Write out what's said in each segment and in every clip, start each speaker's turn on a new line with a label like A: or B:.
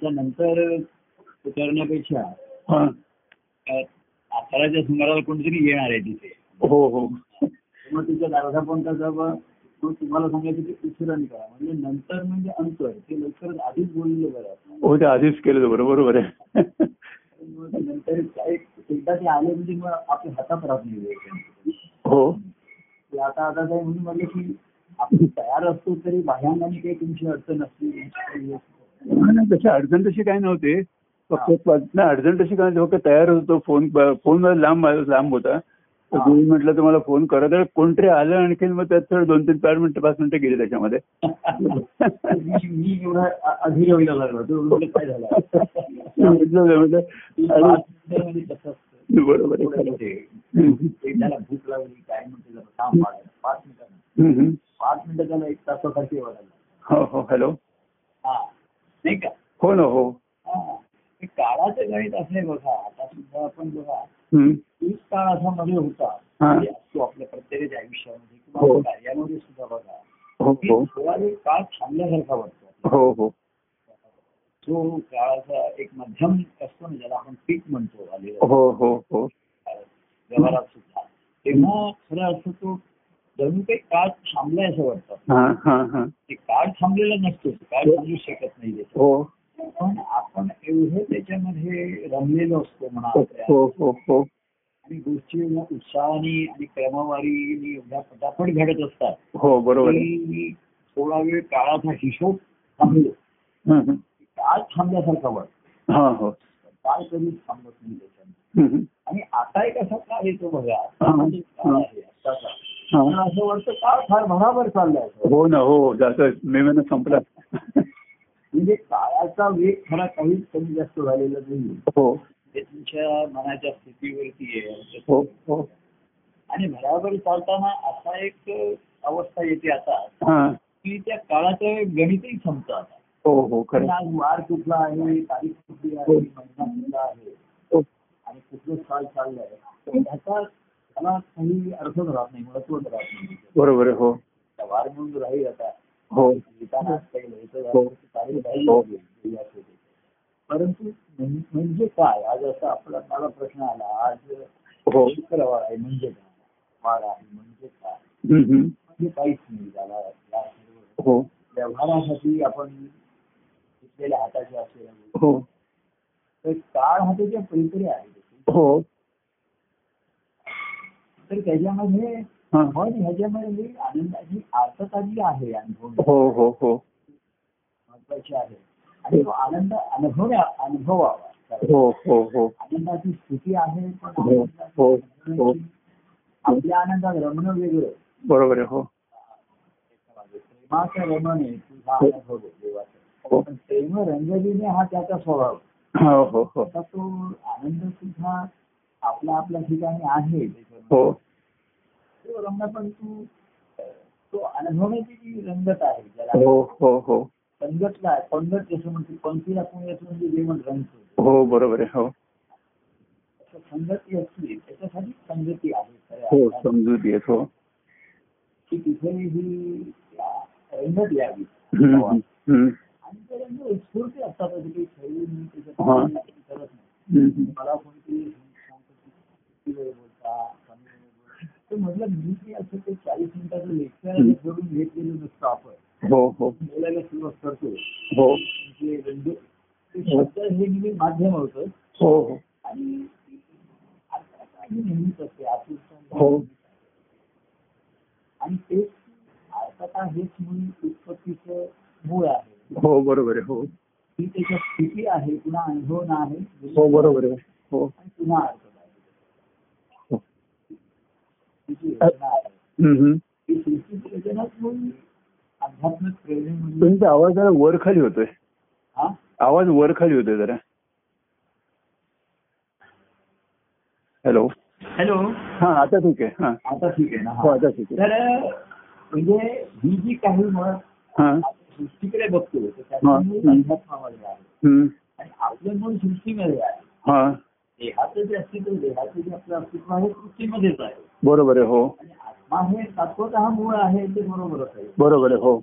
A: त्याच्यानंतर उतरण्यापेक्षा
B: हा.
A: अ, अकराच्या सुमाराला कोणतरी येणार आहे तिथे
B: हो हो
A: मग तिच्या अर्धा कोणता जावा मग तुम्हाला सांगायचं की उशिराने करा म्हणजे नंतर म्हणजे अंतर ते लवकर आधीच बोललेलं बरं आपण.
B: हो ते आधीच केलं बरं बरोबर आहे
A: मग ते नंतर काय एकदा ते आले म्हणजे मग आपल्या हातात राहत नाही वेळ.
B: हो
A: ते आता आता काय म्हणून म्हटलं की आपण तयार असतो तरी बाह्यांनी काही तुमची अडचण असली काही असली.
B: नाही, तशी अडचण तशी काही नव्हते फक्त नाही अडचण तशी काय नव्हती. फक्त तयार होतो फोन फोन लांब लांब होता तर
A: हा.
B: तुम्ही म्हटलं तुम्हाला फोन करा तर कोणतरी आलं आणखीन मग त्यात थोडं दोन तीन चार मिनिटं पाच मिनिटं गेली त्याच्यामध्ये
A: मी मी एवढा अ- अधीर व्हायला लागलो तो म्हटलं काय झालं
B: म्हटलं म्हटलं,
A: ती पाच मिनिटांमध्ये कसं असतं?
B: अरे, बरोबर आहे,
A: थोडं
B: खरं आहे.
A: ते
B: हम्म.
A: त्याला भूक लागली काय म्हणते जरा थांब बाळा, पाच मिनिटांनी
B: हम्म, हम्म.
A: पाच मिनिटं त्याला एक तासासाठी वाढायला
B: हो हो हॅलो
A: हा नाही का
B: हो ना हो
A: हा हे काळाचं गणित असं आहे बघा आता सुद्धा आपण बघा
B: हम्म.
A: एक काळ असा मध्ये होता
B: हा.
A: म्हणजे असतो आपल्या प्रत्येकाच्या आयुष्यामध्ये किंवा
B: हो.
A: आपल्या कार्यामध्ये सुद्धा बघा
B: हो
A: की
B: हो
A: थोडा वेळ काळ थांबल्यासारखा वाटतो
B: हो हो
A: तो काळाचा एक मध्यम असतो ना ज्याला आपण पीक म्हणतो आलेला
B: हो हो हो
A: काळ, व्यवहारात सुद्धा तेव्हा खरं असं तो जणू काही काळ थांबलाय असं वाटतं
B: हा हा हा
A: ते काळ थांबलेला नसतो काळ थांबू शकत नाही त्याचं.
B: हो
A: पण आपण एवढं त्याच्यामध्ये रमलेलो असतो म्हणा
B: हो
A: आपल्या.
B: हो हो
A: आणि गोष्टी एवढ्या उत्साहाने आणि क्रमवारीने एवढ्या पटापट घडत असतात
B: हो बरोबर आहे
A: की थोडा वेळ काळाचा हिशोब थांबलो
B: हम्म, हम्म.
A: काळ थांबल्यासारखा वाटतो
B: हा हो
A: काळ कधीच थांबत नाही त्याच्यामध्ये
B: हम्म,
A: आणि आता एक असा काळ येतो बघा
B: हा.
A: आता म्हणजे काळ आहे आताचा.
B: हा.
A: पण असं वाटतं काळ फार भराभर चाललाय असं.
B: हो ना हो जातं मे महिना संपला
A: म्हणजे काळाचा वेग खरा काहीच कमी जास्त झालेला नाही
B: हो
A: ते तुमच्या मनाच्या स्थितीवरती आहे
B: हो हो
A: आणि भराभर चालताना असा एक अवस्था येते आता
B: हा
A: की त्या काळाचं गणितही संपतं आता
B: हो हो
A: पण
B: खरं
A: आज वार कुठला आहे तारीख कुठली आहे
B: हो.
A: महिना कुठला आहे
B: हो
A: आणि कुठलं काळ चाललंय तर ह्याचा त्याला काही अर्थच राहत नाही महत्वच राहत नाही
B: बरोबर आहे, हो
A: त्या वार म्हणून राहील आता
B: हो
A: लिहिताना आज काही लिहायचं
B: हो.
A: झालं तर तारीख राहील
B: हो.
A: वेगळी असेल. परंतु म्हण- म्हणजे काय आज असा आपला मला प्रश्न आला आज
B: हो
A: शुक्रवार आहे म्हणजे काय वार आहे म्हणजे काय
B: हम्म, हम्म.
A: म्हणजे काहीच नाही झाला या सर्व
B: हो
A: व्यवहारासाठी आपण घेतलेल्या हाताच्या असेल
B: हो
A: तर काळ हाताच्या पलीकडे आहे
B: हो
A: तर त्याच्यामध्ये
B: हा.
A: मन ह्याच्यामध्ये आनंदाची आर्थता जी आहे अनुभव
B: हो हो हो
A: महत्वाची आहे आणि तो आनंद अनुभव अनुभवावा कारण
B: हो हो हो
A: आनंदाची स्थिती आहे पण
B: हो, हो, हो.
A: आनंदाची- आपल्या आनंदात रमणं वेगळं
B: बरोबर आहे, हो
A: प्रेमाचं रमण आहे तुझा अनुभव आहे देवाचा
B: हो.
A: पण प्रेम रंगविणे हा त्याचा स्वभाव आहे.
B: हा, हो हो
A: आता तो आनंद सुद्धा आपल्या आपल्या ठिकाणी आहे
B: हो
A: तो रंग पण तू अं, तो अनुभवण्याची जी रंगत आहे
B: हो
A: ज्याला
B: हो हो
A: पंगतला पंगत जसं म्हणतो पंक्तीला पुण्याचं म्हणजे जेवण रंगतो
B: हो बरोबर आहे हो
A: असं संगती असली त्याच्यासाठी संगती आहे
B: हो
A: खऱ्या अर्थाने.
B: समजूत येत हो
A: की तिथे ही या रंगत यावी
B: हम्म, हम्म, हम्म,
A: आणि ते रंग उत्स्फूर्त असतात असं काही खेळून त्याच्यात
B: हा.
A: काही करत नाही
B: हम्म.
A: मला कोणती सांगतो की किती वेळ बोलता कमी वेळ बोलता. तर म्हटलं मी ते असं ते चाळीस मिनिटाचं लेक्चर
B: हम्म.
A: करून घेतलेलं नसतं आपण
B: हो हो
A: बोलायला सुरुवात करतो
B: हो
A: म्हणजे रंग ते शब्द हे मी माध्यम होतं
B: हो हो
A: आणि ती आत्मकथा ही नेहमीच असते आतुरता
B: हो.
A: आणि तेच अर्थता हेच मूळ उत्पत्तीचं मूळ आहे
B: हो बरोबर आहे हो
A: ही त्याच्यात स्थिती आहे पुन्हा अनुभव आहे
B: हो बरोबर आहे हो
A: आणि पुन्हा अर्थता आहे
B: हो.
A: तिची योजना आहे
B: हम्म, हम्म.
A: ही सृष्टी प्रयोजनात म्हणून आध्यात्मिक प्रेरणा म्हणून
B: तुमचा आवाज जरा वर खाली होतोय
A: हा
B: आवाज वर खाली होतोय जरा हॅलो
A: हॅलो
B: हा आता ठीक आहे हा
A: आता ठीक आहे ना
B: हो
A: हा.
B: आता ठीक आहे
A: तर म्हणजे ही जी काही मग
B: हा
A: सृष्टीकडे बघतो तर
B: हा.
A: त्याचं मूळ अध्यात्मामध्ये आहे
B: हम्म.
A: आणि आपलं मूळ सृष्टीमध्ये आहे
B: हा
A: देहाचं जे अस्तित्व देहाचं जे आपलं अस्तित्व आहे सृष्टीमध्येच आहे
B: बरोबर आहे हो
A: आणि आत्मा हे तत्वतः मूळ आहे ते बरोबरच आहे
B: बरोबर आहे हो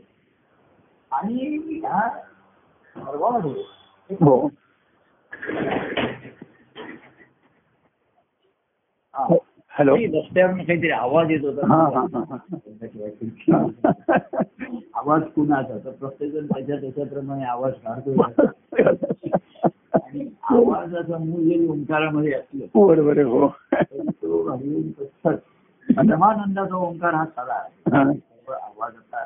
A: आणि ह्या सर्वांमध्ये
B: हो
A: हा.
B: हो, हॅलो
A: नाही, रस्त्यावरून काहीतरी आवाज येत होता
B: हा हा हा, हा
A: आवाज कुणाचा तर प्रत्येकजण त्याच्या त्याच्याप्रमाणे आवाज काढतो आणि आवाजाचा मूळ जरी ओंकारामध्ये असलं
B: बरोबर आहे हो
A: तरी तो हळूहळू पसरत. परमानंदाचा ओंकार हा साधा आहे
B: हा.
A: केवळ आवाजाचा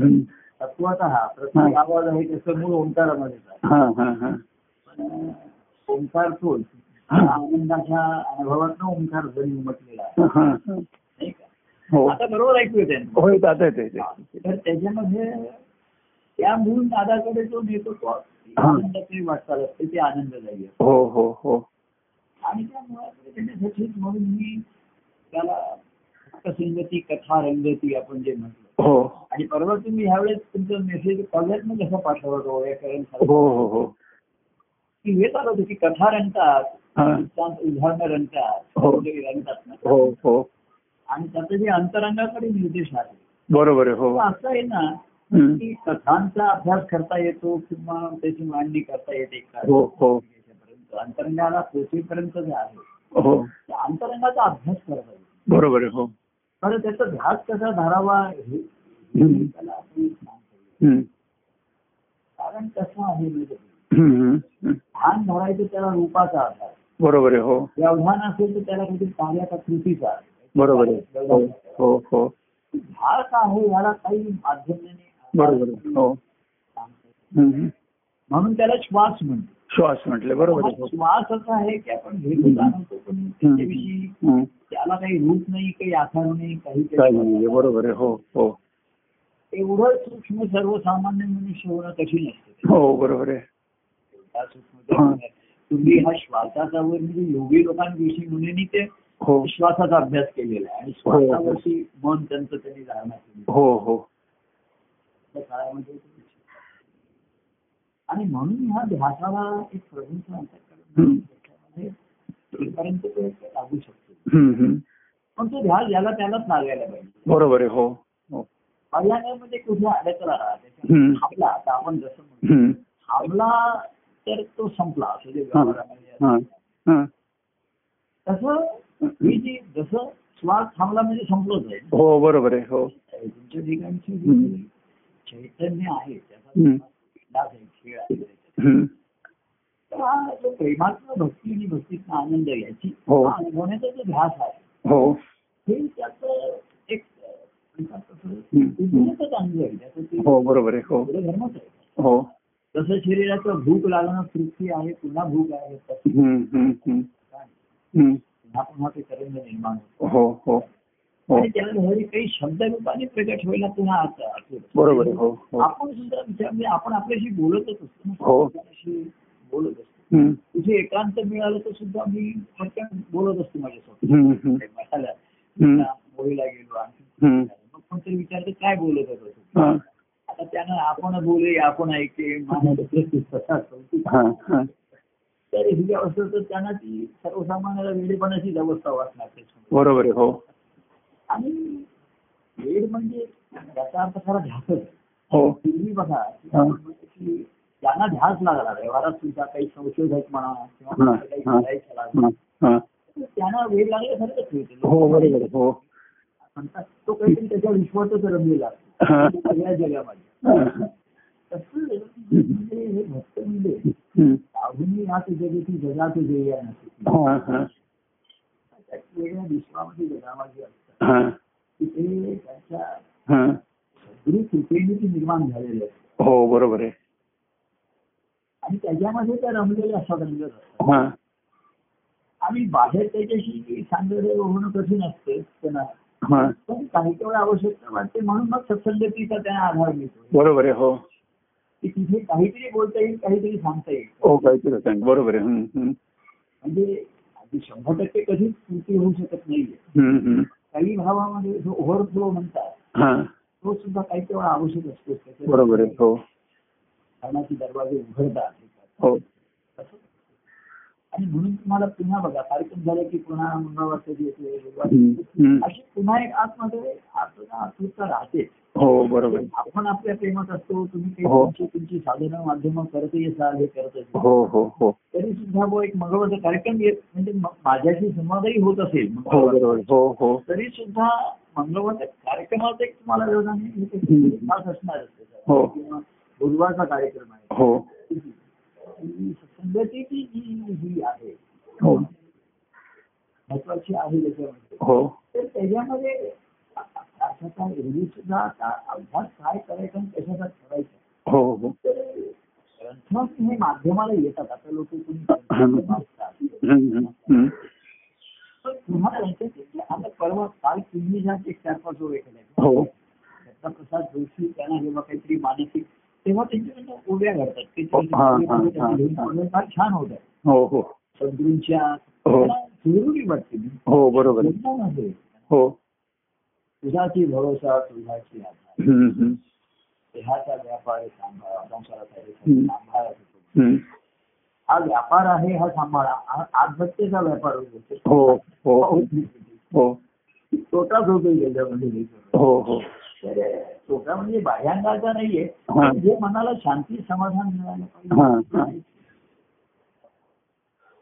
B: हम्म.
A: तत्वाचा हा प्रत्येक आवाज आहे त्याचं मूळ ओंकारामध्येच आहे
B: हा हा हा
A: पण ओंकार तोच
B: हा.
A: आनंदाच्या अनुभवातनं ओंकार जरी उमटलेला आहे
B: हा, हा.
A: नाही का
B: हो
A: आता बरोबर ऐकू येते ना?
B: हो येत आता येते
A: तर त्याच्यामध्ये त्या मूळ नादाकडे जो नेतो तो
B: हा.
A: आनंदाची वाटचाल असते ते आनंददायी असते
B: हो हो हो
A: आणि त्या मुळाकडे त्याच्यासाठीच म्हणून मी त्याला संगती कथा रंगती आपण जे म्हटलं
B: हो
A: आणि परवा तुम्ही ह्यावेळेस तुमचा मेसेज कॉलेज मग कसा पाठवला तो व्याकरण
B: हो हो हो
A: की हे चालू होतं की कथा रंगतात
B: हा.
A: दृष्टांत उदाहरणं रंगतात
B: हो.
A: कादंबरी रंगतात ना
B: हो हो
A: आणि त्याचं जे अंतरंगाकडे निर्देश आहे
B: बरोबर आहे
A: तो
B: हो
A: असं आहे ना
B: हम्म.
A: की कथांचा अभ्यास करता येतो किंवा त्याची मांडणी करता येते का
B: हो हो
A: याच्यापर्यंत अंतरंगाला पोचेपर्यंत जे आहे
B: हो
A: त्या अंतरंगाचा अभ्यास करता येतो
B: बरोबर आहे हो
A: कारण त्याचा ध्यास कसा धरावा हे
B: हम्म.
A: त्याला आपण सांगतो.
B: हम्म.
A: कारण कसं आहे म्हणजे
B: हम्म. हम्म.
A: ध्यान धरायचं त्याला रूपाचा अभ्यास
B: बरोबर आहे हो
A: व्यवधान असेल तर त्याला काहीतरी कार्याचा कृतीचा म्हणजे
B: बरोबर आहे हो हो हो
A: ध्यास आहे याला काही माध्यमाने
B: बरोबर आहे हो
A: सांगतो.
B: हम्म.
A: म्हणून त्याला श्वास म्हणतो
B: श्वास म्हटले बरोबर आहे
A: हा
B: हो
A: श्वास असा आहे की आपण घेतो जाणवतो पण त्याच्याविषयी
B: हम्म.
A: त्याला काही रूप नाही काही आकार नाही काही
B: काय नाहीये, बरोबर आहे हो हो
A: एवढं सूक्ष्म सर्वसामान्य मनुष्य होणं कठीण असतं
B: हो बरोबर आहे
A: एवढा सूक्ष्म सर्वसामान्य. तुम्ही हा श्वासाचा वर म्हणजे योगी लोकांविषयी म्हणून ते
B: हो
A: श्वासाचा अभ्यास केलेला आहे आणि श्वासावरती मन त्यांचं त्यांनी धारणा केली
B: हो हो
A: त्या काळामध्ये ते आणि म्हणून ह्या ध्यासाला एक प्रभूंचं
B: हम्म.
A: अंतकरण पर्यंत ते लागू शकतो
B: हम्म. हम्म.
A: पण तो ध्यास ज्याला त्यालाच लागायला पाहिजे
B: बरोबर आहे हो हो
A: पर्यायामध्ये कुठे अडकला
B: हम्म.
A: त्याच्यात थांबला आता आपण जसं म्हणतो
B: हम्म.
A: थांबला तर तो संपला असं जे
B: हा.
A: व्यवहारामध्ये आहे.
B: हा. हा.
A: तसं ही जी जसं श्वास थांबला म्हणजे संपलोच आहे
B: हो बरोबर आहे हो
A: तुमच्या ठिकाणची
B: हम्म.
A: जी चैतन्य आहे त्याचा
B: हम्म.
A: विलास आहे, खेळ आहे
B: हम्म.
A: तर हा जो प्रेमातला भक्ती आणि भक्तीतला आनंद याची
B: हो.
A: हा अनुभवण्याचा जो ध्यास आहे
B: हो
A: हे त्याचं एक म्हणजे अं, म्हणतात तसं,
B: हम्म.
A: उद्गीरणाचंच अंग आहे त्याचं ते
B: हो बरोबर आहे हो
A: थोडं धर्मच आहे
B: हो
A: जसं शरीराचं भूक लागणं तृप्ती आहे पुन्हा भूक आहे तसं
B: हम्म. हम्म. हम्म.
A: पुन्हा
B: हम्म.
A: पुन्हा ते तरंग निर्माण होतं
B: हो हो हो
A: आणि त्याला जरी काही शब्द रूपाने प्रकट व्हायला पुन्हा आता आठवलं.
B: बरोबर आहे हो हो
A: आपण सुद्धा विचार म्हणजे आपण आपल्याशी बोलतच असतो ना.
B: हो.
A: आपल्याशी बोलत असतो
B: हम्म.
A: तुझे एकांत मिळालं तर सुद्धा मी पटकन बोलत असतो माझ्यासोबत
B: हम्म. हम्म.
A: मला
B: हम्म.
A: होळीला गेलो आणखी
B: हम्म.
A: मग कोणतरी विचारते काय बोलत होतो तू?
B: हा.
A: आता त्यानं आपण बोले आपण ऐके मानत
B: हा. हा.
A: तर ही अवस्था तर त्यांना ती सर्वसामान्याला वेडेपणाचीच अवस्था वाटणार त्याच्यामध्ये
B: बरोबर आहे हो
A: आणि वेड म्हणजे त्याचा अर्थ खरा ध्यासच आहे.
B: हो
A: पूर्वी बघा की
B: हा.
A: आपण म्हणतो की त्यांना ध्यास लागला व्यवहारात सुद्धा काही संशोधक म्हणा
B: हा,
A: किंवा काही
B: हा.
A: करायचं लागलं,
B: हा. हा.
A: तर त्यांना वेळ लागल्यासारखंच होते
B: हो बरोबर आहे हो
A: म्हणतात तो काहीतरी त्याच्या विश्वातच रमलेला असतो
B: हा.
A: सगळ्या जगामध्ये
B: हा.
A: तसं म्हणजे हे भक्त म्हणजे
B: हम्म.
A: अजूनही आज जगती जगाचे ध्येय नसते
B: हा. हा.
A: वेगळ्या विश्वामध्ये जगामध्ये असतात
B: हा.
A: तिथे त्याच्या
B: हा.
A: सद्गुरु कृपेने ती निर्माण झालेली असते
B: हो बरोबर आहे
A: आणि त्याच्यामध्ये त्या रमलेल्या असतात रंगत असतात
B: हा.
A: आणि बाहेर त्याच्याशी सांगड होणं कठीण असते त्यांना
B: हा.
A: पण काही काही वेळा आवश्यकता वाटते म्हणून मग सत्संगतीचा त्यांना आधार मिळतो
B: बरोबर आहे हो
A: की तिथे काहीतरी बोलता येईल काहीतरी सांगता येईल
B: हो काहीतरी सांग बरोबर आहे हम्म. हम्म.
A: म्हणजे अगदी शंभर टक्के कधीच कृती होऊ शकत नाहीये
B: हम्म. हम्म.
A: काही भावामध्ये जो ओव्हरफ्लो म्हणतात
B: हा.
A: तो सुद्धा काही तेवढा आवश्यक असतो त्याच्या
B: बरोबर आहे हो
A: कारणाचे दरवाजे उघडतात
B: हो
A: असं. आणि म्हणून तुम्हाला पुन्हा बघा कार्यक्रम झाला की पुन्हा मंगळवारच्या दिवशी
B: हम्म,
A: रविवारी.
B: हम्म.
A: अशी पुन्हा एक आतमध्ये आतुरता आतुरता राहते
B: हो बरोबर
A: आपण आपल्या प्रेमात असतो तुम्ही काही
B: हो.
A: तुमची तुमची साधनं माध्यम करतही असाल हे करत असाल
B: हो हो हो
A: तरी सुद्धा वो एक मंगळवारचा कार्यक्रम येत म्हणजे म- माझ्याशी संवादही होत असेल
B: हो
A: मंगळवारचा.
B: बरोबर हो हो
A: तरी सुद्धा मंगळवारच्या कार्यक्रमात एक तुम्हाला वेळ नाही. हे ते
B: हम्म.
A: खास असणार
B: हो.
A: किंवा बुधवारचा कार्यक्रम आहे
B: हो
A: ही संगतीची जी ही आहे
B: हो
A: महत्वाची आहे त्याच्यामध्ये
B: हो
A: तर त्याच्यामध्ये अशाचा एरवी सुद्धा आता अभ्यास काय करायचा आणि कशाचा ठरायचा
B: हो हो
A: तर ग्रंथ हे माध्यमाला येतात आता लोक कोणी
B: हम्म.
A: ग्रंथ वाचतात.
B: हम्म, हम्म, हम्म.
A: तर पुन्हा ग्रंथाची आता परवा काल तुम्ही ज्या एक चार पाच ओळ एखाद्या
B: हो
A: दत्ता प्रसाद जोशी त्यांना जेव्हा काहीतरी मानसिक तेव्हा त्यांच्या उभ्या घडतात ते
B: हा, हा, हा, हा.
A: लिहून पाहणं फार छान होत आहे
B: हो हो
A: संतूंच्या
B: हो.
A: मला जरुरी वाटते मी
B: हो बरोबर आहे.
A: लग्नामध्ये
B: हो
A: तुझाची भरोसा तुझाची आधार
B: हम्म, हम्म,
A: देहाचा व्यापार सांभाळा संसाराचा हे
B: हम्म.
A: सांभाळा तू.
B: हम्म.
A: हा व्यापार आहे हा सांभाळा हा आत्महत्येचा व्यापार होतो
B: हो हो हो हो
A: तोटाच होतो याच्यामध्ये हे सगळं.
B: हो
A: तर तोटा म्हणजे बाह्यांगाचा नाहीये
B: हा.
A: पण जे मनाला शांती समाधान मिळालं
B: हा, हा.
A: पाहिजे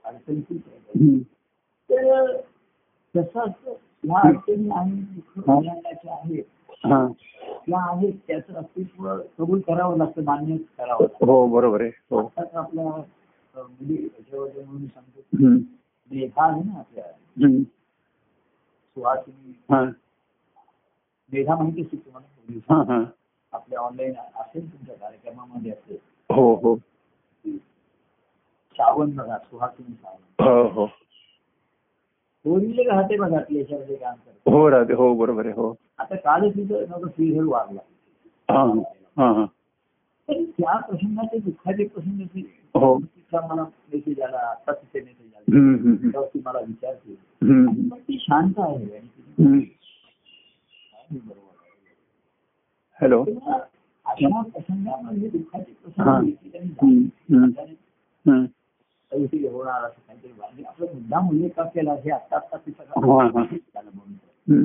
A: अडचणीतून पाहिजे.
B: हम्म.
A: तर तसंच ह्या अडचणी आणि दुःख
B: हा.
A: बाह्यांगाच्या आहेत
B: हा
A: किंवा आहे त्याचं अस्तित्व कबूल करावं लागतं मान्य करावं लागतं
B: हो बरोबर आहे हो
A: आताच आपल्या अ, मुली याच्यावर म्हणून सांगतो
B: हम्म,
A: मेधा आहे ना आपल्या
B: हम्म.
A: सुहासिनी
B: हा
A: मेधा माहिती असते तुम्हाला मुली.
B: हा हा
A: आपल्या ऑनलाईन असेल तुमच्या कार्यक्रमामध्ये असेल
B: हो हो
A: श्रावण बघा सुहासिनी श्रावण
B: हो हो
A: होईल राहते बघा आपल्या याच्यामध्ये काम करत
B: हो राहते हो बरोबर आहे हो
A: आता कालच तिथं नव्हतं श्रीधर वाढला
B: हा हा हा
A: तर त्या प्रसंगाचे दुःखाचे प्रसंग असे
B: हो
A: तिचा मला मेसेज आला आता तिथे मेसेज आला
B: हम्म, हम्म,
A: तेव्हा ती मला विचारते
B: हम्म,
A: आणि मग ती शांत आहे आणि तिने
B: हम्म.
A: काय बरोबर आहे.
B: हॅलो
A: तेव्हा अशा प्रसंगामध्ये दुःखाचे
B: हा.
A: प्रसंग येतील आणि
B: हम्म, हम्म,
A: जातील.
B: हम्म.
A: काहीतरी होणार असं काहीतरी वाणी आपला मुद्दा उल्लेख का केला हे आता आता तिचा
B: हा, हा.
A: झालं म्हणून
B: हम्म.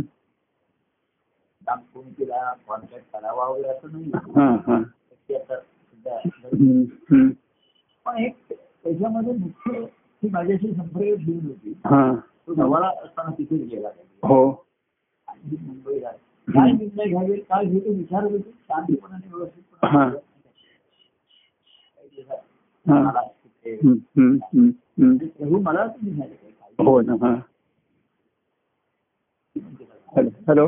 A: काम कोणी तिला कॉन्टॅक्ट करावा वगैरे असं नाही
B: हा, हा.
A: ती आता सुद्धा
B: हम्म, हम्म.
A: पण एक त्याच्यामध्ये मुख्य ती माझ्याशी संपर्क घेऊन होती
B: हा.
A: तो जवळ असताना तिथे गेला त्यांनी.
B: हो
A: आणि मी मुंबईला आहे. काय निर्णय घ्यावे काय घेतो विचारत होते शांतपणाने
B: हा.
A: व्यवस्थितपणाने. काही दिवसात
B: हा.
A: मला तिथे
B: हम्म, हम्म, हम्म,
A: म्हणजे
B: हम्म.
A: प्रभू मला तुम्ही झाले काय काळजी
B: हो ना हा
A: म्हणते का?
B: हॅलो हॅलो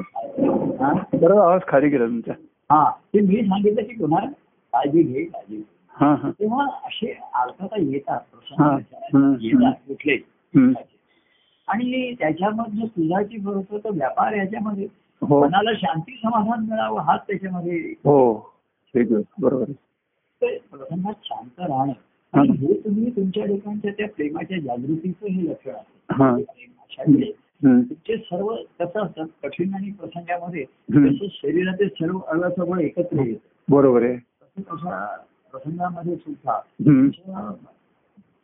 A: हा?
B: बरोबर आवाज खाली गेला तुमचा
A: हा ते मी सांगितलं की पुन्हा काळजी घे काळजी घे.
B: हा हा
A: तेव्हा असे अर्थात येतात
B: हा.
A: प्रसंग येतात
B: हम्म.
A: कुठले
B: हम्म.
A: आणि त्याच्यामधनं तुझाची भरोसा तो व्यापार याच्यामध्ये
B: हो
A: मनाला शांती समाधान मिळावं हाच त्याच्यामध्ये
B: हो ठीक आहे बरोबर आहे.
A: ते प्रसंगात शांत राहणं
B: हा.
A: आणि हे तुम्ही तुमच्या ठिकाणच्या त्या प्रेमाच्या जागृतीचं हे लक्षण
B: हा.
A: आहे अशाकडे
B: हम्म,
A: तुमचे सर्व कसं असतात कठीण आणि प्रसंगामध्ये
B: हम्म.
A: जसं शरीराचे सर्व अळसवळ एकत्र येत
B: बरोबर आहे
A: तसं अशा प्रसंगामध्ये सुद्धा
B: हम्म.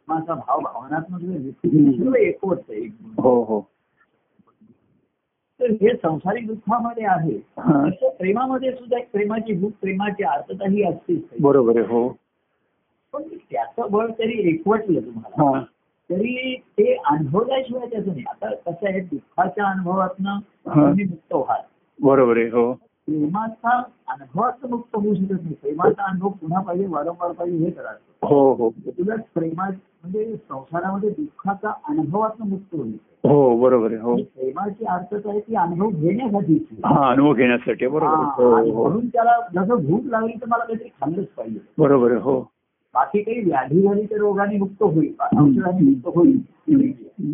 A: माझा भाव भावनात्मक जे व्यक्ती
B: हम्म.
A: सर्व एकवटतं एक
B: हो हो
A: तर हे संसारिक दुःखामध्ये आहे
B: हा.
A: तसं प्रेमामध्ये सुद्धा एक प्रेमाची भूक प्रेमाची आर्थता ही असतेच
B: बरोबर आहे हो
A: पण त्याचं बळ तरी एकवटलं तुम्हाला
B: हा
A: तरी ते अनुभवल्याशिवाय त्याचं नाही आता कसं आहे दुःखाच्या अनुभवातनं
B: हा.
A: तुम्ही मुक्त व्हाल
B: बरोबर आहे हो
A: प्रेमाचा अनुभवात मुक्त होऊ शकत नाही प्रेमाचा अनुभव पुन्हा पाहिजे वारंवार पाहिजे हे करा
B: हो हो
A: तुला प्रेमा म्हणजे संसारामध्ये दुःखाचा अनुभवात मुक्त होईल
B: हो बरोबर आहे हो
A: आणि प्रेमाची अर्थता आहे ती अनुभव घेण्यासाठीची आहे.
B: हा अनुभव घेण्यासाठी आहे. बरोबर आहे.
A: हा, आणि
B: हो हो
A: म्हणून त्याला जसं भूक लागली तर मला काहीतरी खाल्लंच पाहिजे
B: बरोबर आहे हो
A: बाकी काही व्याधी झाली तर रोगाने मुक्त होईल औषधाने मुक्त होईल
B: हम्म.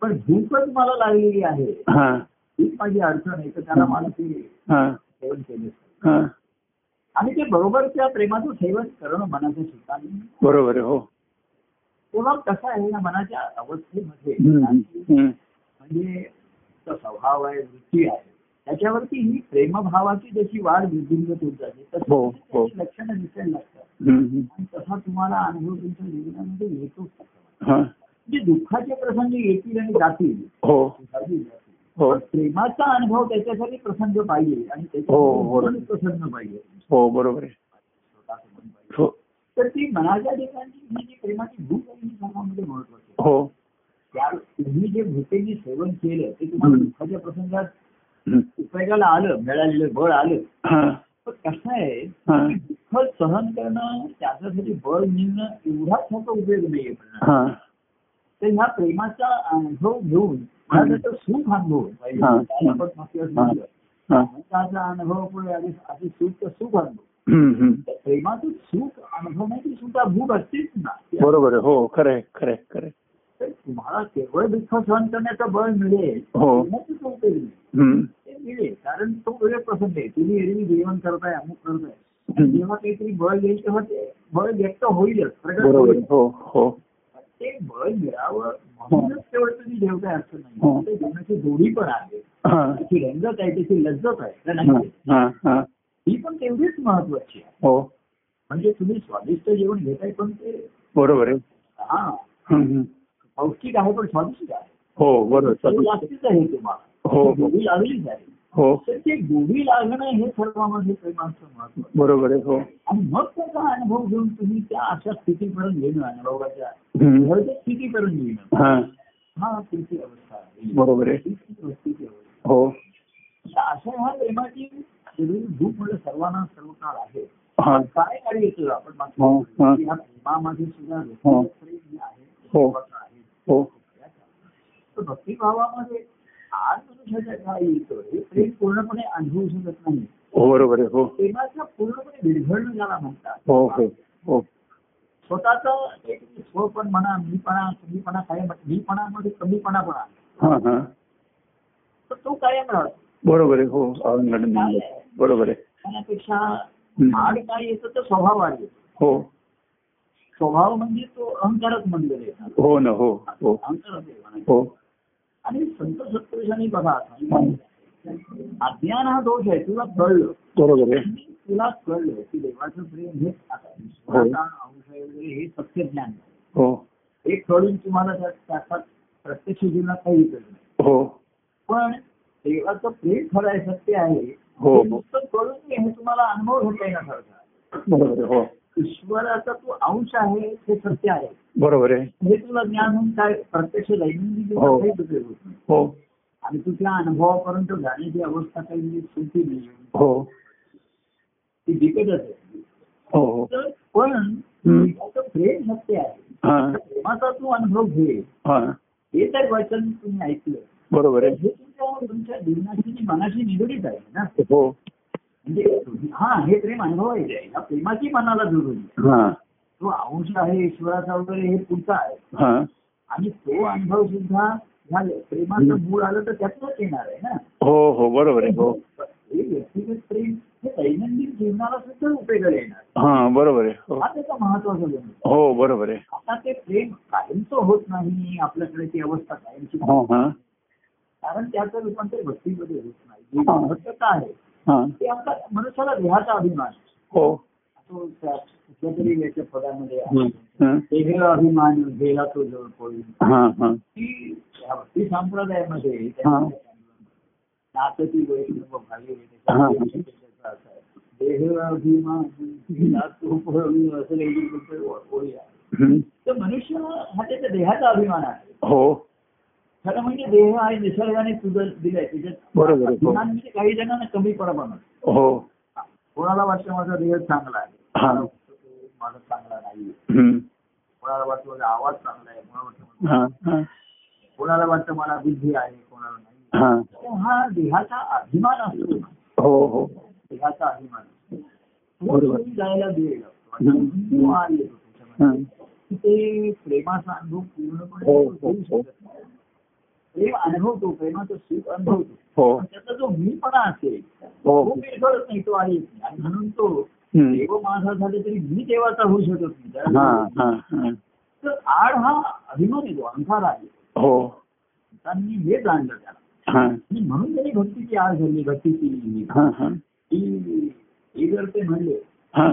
A: पण भूकच मला लागलेली आहे
B: हा
A: हीच माझी अडचण आहे तर त्याला मला ते
B: हा
A: सेवन केलं
B: हा
A: आणि ते बरोबर त्या प्रेमाचं सेवन करणं मनाच्या ठिकाणी
B: बरोबर आहे हो
A: तेव्हा कसं आहे या मनाच्या अवस्थेमध्ये
B: हम्म. हम्म.
A: म्हणजे तो स्वभाव आहे वृत्ती आहे त्याच्यावरती ही प्रेमभावाची जशी वाढ वृद्धिंगत होत जाते
B: हो,
A: तसं
B: हो.
A: त्याची लक्षणं दिसायला लागतात
B: हम्म.
A: आणि तसा तुम्हाला अनुभव तुमच्या जीवनामध्ये येतोच
B: हा
A: म्हणजे दुःखाचे प्रसंग येतील आणि जातील
B: हो
A: जातील, जातील.
B: हो
A: पण प्रेमाचा अनुभव त्याच्यासाठी प्रसंग पाहिजे आणि
B: हो, बरोबर.
A: त्याच्यासाठी प्रसंग पाहिजे
B: हो बरोबर आहे
A: स्वतः संबंध पाहिजे.
B: हो
A: तर ती मनाच्या ठिकाणी ही जी प्रेमाची भूक आहे ही सर्वांमध्ये महत्वाची आहे.
B: हो
A: त्या तुम्ही जे भूकेने सेवन केलं ते तुम्हाला
B: हं.
A: दुःखाच्या प्रसंगात
B: हं.
A: उपयोगाला आलं मिळालेलं बळ आलं
B: हा,
A: पण कसं आहे
B: हा,
A: दुःख सहन करणं त्याच्यासाठी बळ मिळणं एवढाच त्याचा उपयोग नाहीये पण
B: हा,
A: तर ह्या प्रेमाचा अनुभव घेऊन हा त्याचं सुख अनुभव पाहिजे
B: हा.
A: त्याला आपण मागच्या वेळेस
B: हा.
A: म्हटलं.
B: हा.
A: आनंदाचा अनुभव पण आधी आधी सुख तर सुख अनुभव
B: हं, हं.
A: तर प्रेमाचं सुख अनुभव नाही ती सुद्धा भूक असतेच ना
B: बरोबर आहे हो खरं आहे खरं आहे खरं आहे.
A: तर तुम्हाला केवळ दुःख सहन करण्याचं बळ मिळेल
B: हो.
A: तेव्हाच तो उपयोग मिळेल.
B: हं,
A: ते मिळेल कारण तो वेगळे प्रसंग आहे तुम्ही एरवी जेवण करताय अमुक करताय
B: हं.
A: जेव्हा काहीतरी बळ येईल तेव्हा ते बळ व्यक्त होईलच प्रगट
B: बरोबर आहे.
A: होईल
B: हो हो
A: ते बळ मिळावं म्हणूनच केवळ तुम्ही जेवताय असं
B: हो.
A: नाही ते जेवणाची गोडी पण आहे
B: हा,
A: त्याची रंगत आहे त्याची लज्जत आहे का
B: हा,
A: नाही?
B: हा, हा.
A: ही पण तेवढीच महत्वाची आहे
B: हो
A: म्हणजे तुम्ही स्वादिष्ट जेवण घेताय पण ते
B: बरोबर आहे
A: हा
B: हं, हं.
A: पौष्टिक आहे पण स्वादिष्ट आहे
B: हो
A: चव
B: बरोबर
A: लागतीच आहे तुम्हाला
B: हो हो,
A: गोडी लागलीच आहे
B: हो
A: तर ते गोडी लागणं हे सर्वांमध्ये प्रेमाचं महत्व आहे.
B: बरोबर आहे हो
A: आणि मग त्याचा अनुभव घेऊन तुम्ही त्या अशा स्थितीपर्यंत येणं अनुभवाच्या
B: हं.
A: सहज स्थितीपर्यंत येणं
B: हा
A: हा तुमची अवस्था आहे
B: बरोबर आहे
A: ही ती वृत्तीची अवस्था
B: हो
A: तर अशा ह्या प्रेमाची शरीर भूक म्हणजे सर्वांना सर्व काळ आहे
B: हा
A: काय कार्य येतं आपण मागच्या
B: हो, हा.
A: या प्रेमामध्ये सुद्धा
B: हो.
A: व्यक्तिगत प्रेम जे आहे ते
B: हो.
A: महत्वाचं आहे.
B: हो
A: तर भक्तिभावामध्ये आज मनुष्याच्या काय येतं हे प्रेम पूर्णपणे अनुभवू शकत नाही
B: हो बरोबर आहे हो
A: प्रेमाचा पूर्णपणे विरघळणं ज्याला म्हणतात
B: हो हो हो
A: स्वतःच एक स्वपण म्हणा मीपणा तुम्हीपणा काय म्हण- मीपणामध्ये कमीपणा पण आहे
B: हा हा
A: तर तो कायम राहतो
B: बरोबर आहे हो औरंगाबाद नाही. बरोबर आहे
A: त्यापेक्षा
B: हम्म.
A: आड काय येतं तर स्वभाव आड येतो
B: हो
A: स्वभाव म्हणजे तो अहंकारच म्हणलेले
B: हो ना हो हो
A: अहंकारच आहे म्हणायचं.
B: हो
A: आणि संत सत्पुरुषांनी बघा सांगितलं, अज्ञान हा दोष आहे तुला कळलं
B: बरोबर आहे
A: तुला कळलं की देवाचं प्रेम हे आता विश्वाचा अंश आहे वगैरे हे सत्य ज्ञान आहे.
B: हो
A: हे कळून तुम्हाला त्या- त्याचा प्रत्यक्ष जीवनात काही कळलं नाही
B: हो
A: पण देवाचं प्रेम खरं आहे सत्य आहे
B: हो.
A: हे नुसतं कळून नाही, हे तुम्हाला अनुभव घेता येणार खरं
B: बरोबर आहे हो
A: ईश्वराचा तो अंश आहे हे सत्य आहे
B: बरोबर आहे
A: हे तुला ज्ञान होऊन काय प्रत्यक्ष दैनंदिन
B: हो.
A: जीवनात काही उपयोग होत नाही
B: हो
A: आणि तुझ्या अनुभवापर्यंत जाण्याची अवस्था काही म्हणजे सोपी नाही
B: हो
A: ती बिकटच आहे
B: हो हो
A: तर पण
B: हम्म.
A: त्याचं प्रेम सत्य आहे
B: हा
A: त्या प्रेमाचा तू अनुभव घे
B: हा
A: हे तर वचन तुम्ही ऐकलं
B: बरोबर
A: तर
B: आहे
A: हे तुमच्या तुमच्या जीवनाशी आणि मनाशी निगडीत आहे ना
B: हो
A: म्हणजे तुम्ही- हा हे प्रेम अनुभवायचे आहे या प्रेमाची मनाला जोडून द्या.
B: हा
A: तो अंश आहे ईश्वराचा वगैरे हे पुढचा आहे
B: हा
A: आणि तो अनुभव सुद्धा ह्या प्रेमाचं मूळ आलं तर त्यातूनच येणार आहे ना
B: हो हो बरोबर आहे हो
A: हे व्यक्तिगत प्रेम हे दैनंदिन जीवनाला सुद्धा उपयोगाला येणार
B: हा बरोबर आहे हो
A: हा त्याचा महत्वाचा गुण आहे.
B: हो बरोबर आहे
A: आता ते प्रेम कायमचं होत नाही आपल्याकडे ती अवस्था कायमची
B: हो हा
A: कारण त्याचं रूपांतर भक्तीमध्ये होत नाही जी
B: हो.
A: महत्त्वता आहे
B: हा
A: ते आपला मनुष्याला देहाचा अभिमान आहे.
B: हो
A: तो त्या कुठल्या तरी याच्या पदामध्ये
B: हं,
A: आहे.
B: हं.
A: वेगळं अभिमान गेला तो जवळ पळून
B: हा हा
A: ती या भक्ती संप्रदायामध्ये
B: हा.
A: नाचती वैष्णव भावी
B: हा.
A: देह अभिमान गेला तो पळून असं काही कुठे ओ- ओळी आहे
B: हं.
A: तर मनुष्य हा त्याच्या देहाचा अभिमान आहे
B: हो
A: खरं म्हणजे देह हा निसर्गाने तुझं दिलाय त्याच्यात
B: बरोबर आहे. हो.
A: अभिमान म्हणजे काही जणांना कमी प्रमाणात
B: हो
A: कोणाला वाटतं माझा देह चांगला आहे
B: हा.
A: कोणाला वाटतं माझा चांगला नाही
B: हं.
A: कोणाला वाटतं माझा आवाज चांगला आहे कोणाला वाटतं
B: हा हा
A: कोणाला वाटतं मला बुद्धी आहे कोणाला नाही
B: हा
A: तर हा देहाचा अभिमान असतो
B: हो हो
A: देहाचा अभिमान असतो. तो
B: बरोबर.
A: घेऊन जायला वेळ लागतो आणि
B: हम्म.
A: हिंदू हा येतो त्याच्यामध्ये.
B: हा.
A: की ते प्रेमाचा अनुभव पूर्णपणे
B: हो, हो,
A: होऊ शकत नाही. प्रेम अनुभवतो प्रेमाचं सुख अनुभवतो
B: हो
A: पण त्याचा जो मीपणा असेल
B: हो.
A: तो विरघळत नाही तो आहे आणि म्हणून तो
B: हं.
A: देव माझा झाले तरी मी देवाचा होऊ शकत नाही
B: हा
A: त्याला-
B: हा हा
A: तर आड हा अभिमान येतो अंधार आहे
B: हो
A: त्यांनी हे जाणलं त्याला
B: हा
A: आणि म्हणून त्यांनी भक्तीची आड धरली भक्तीची
B: हा हा
A: ही- हे जर ते म्हणले
B: हा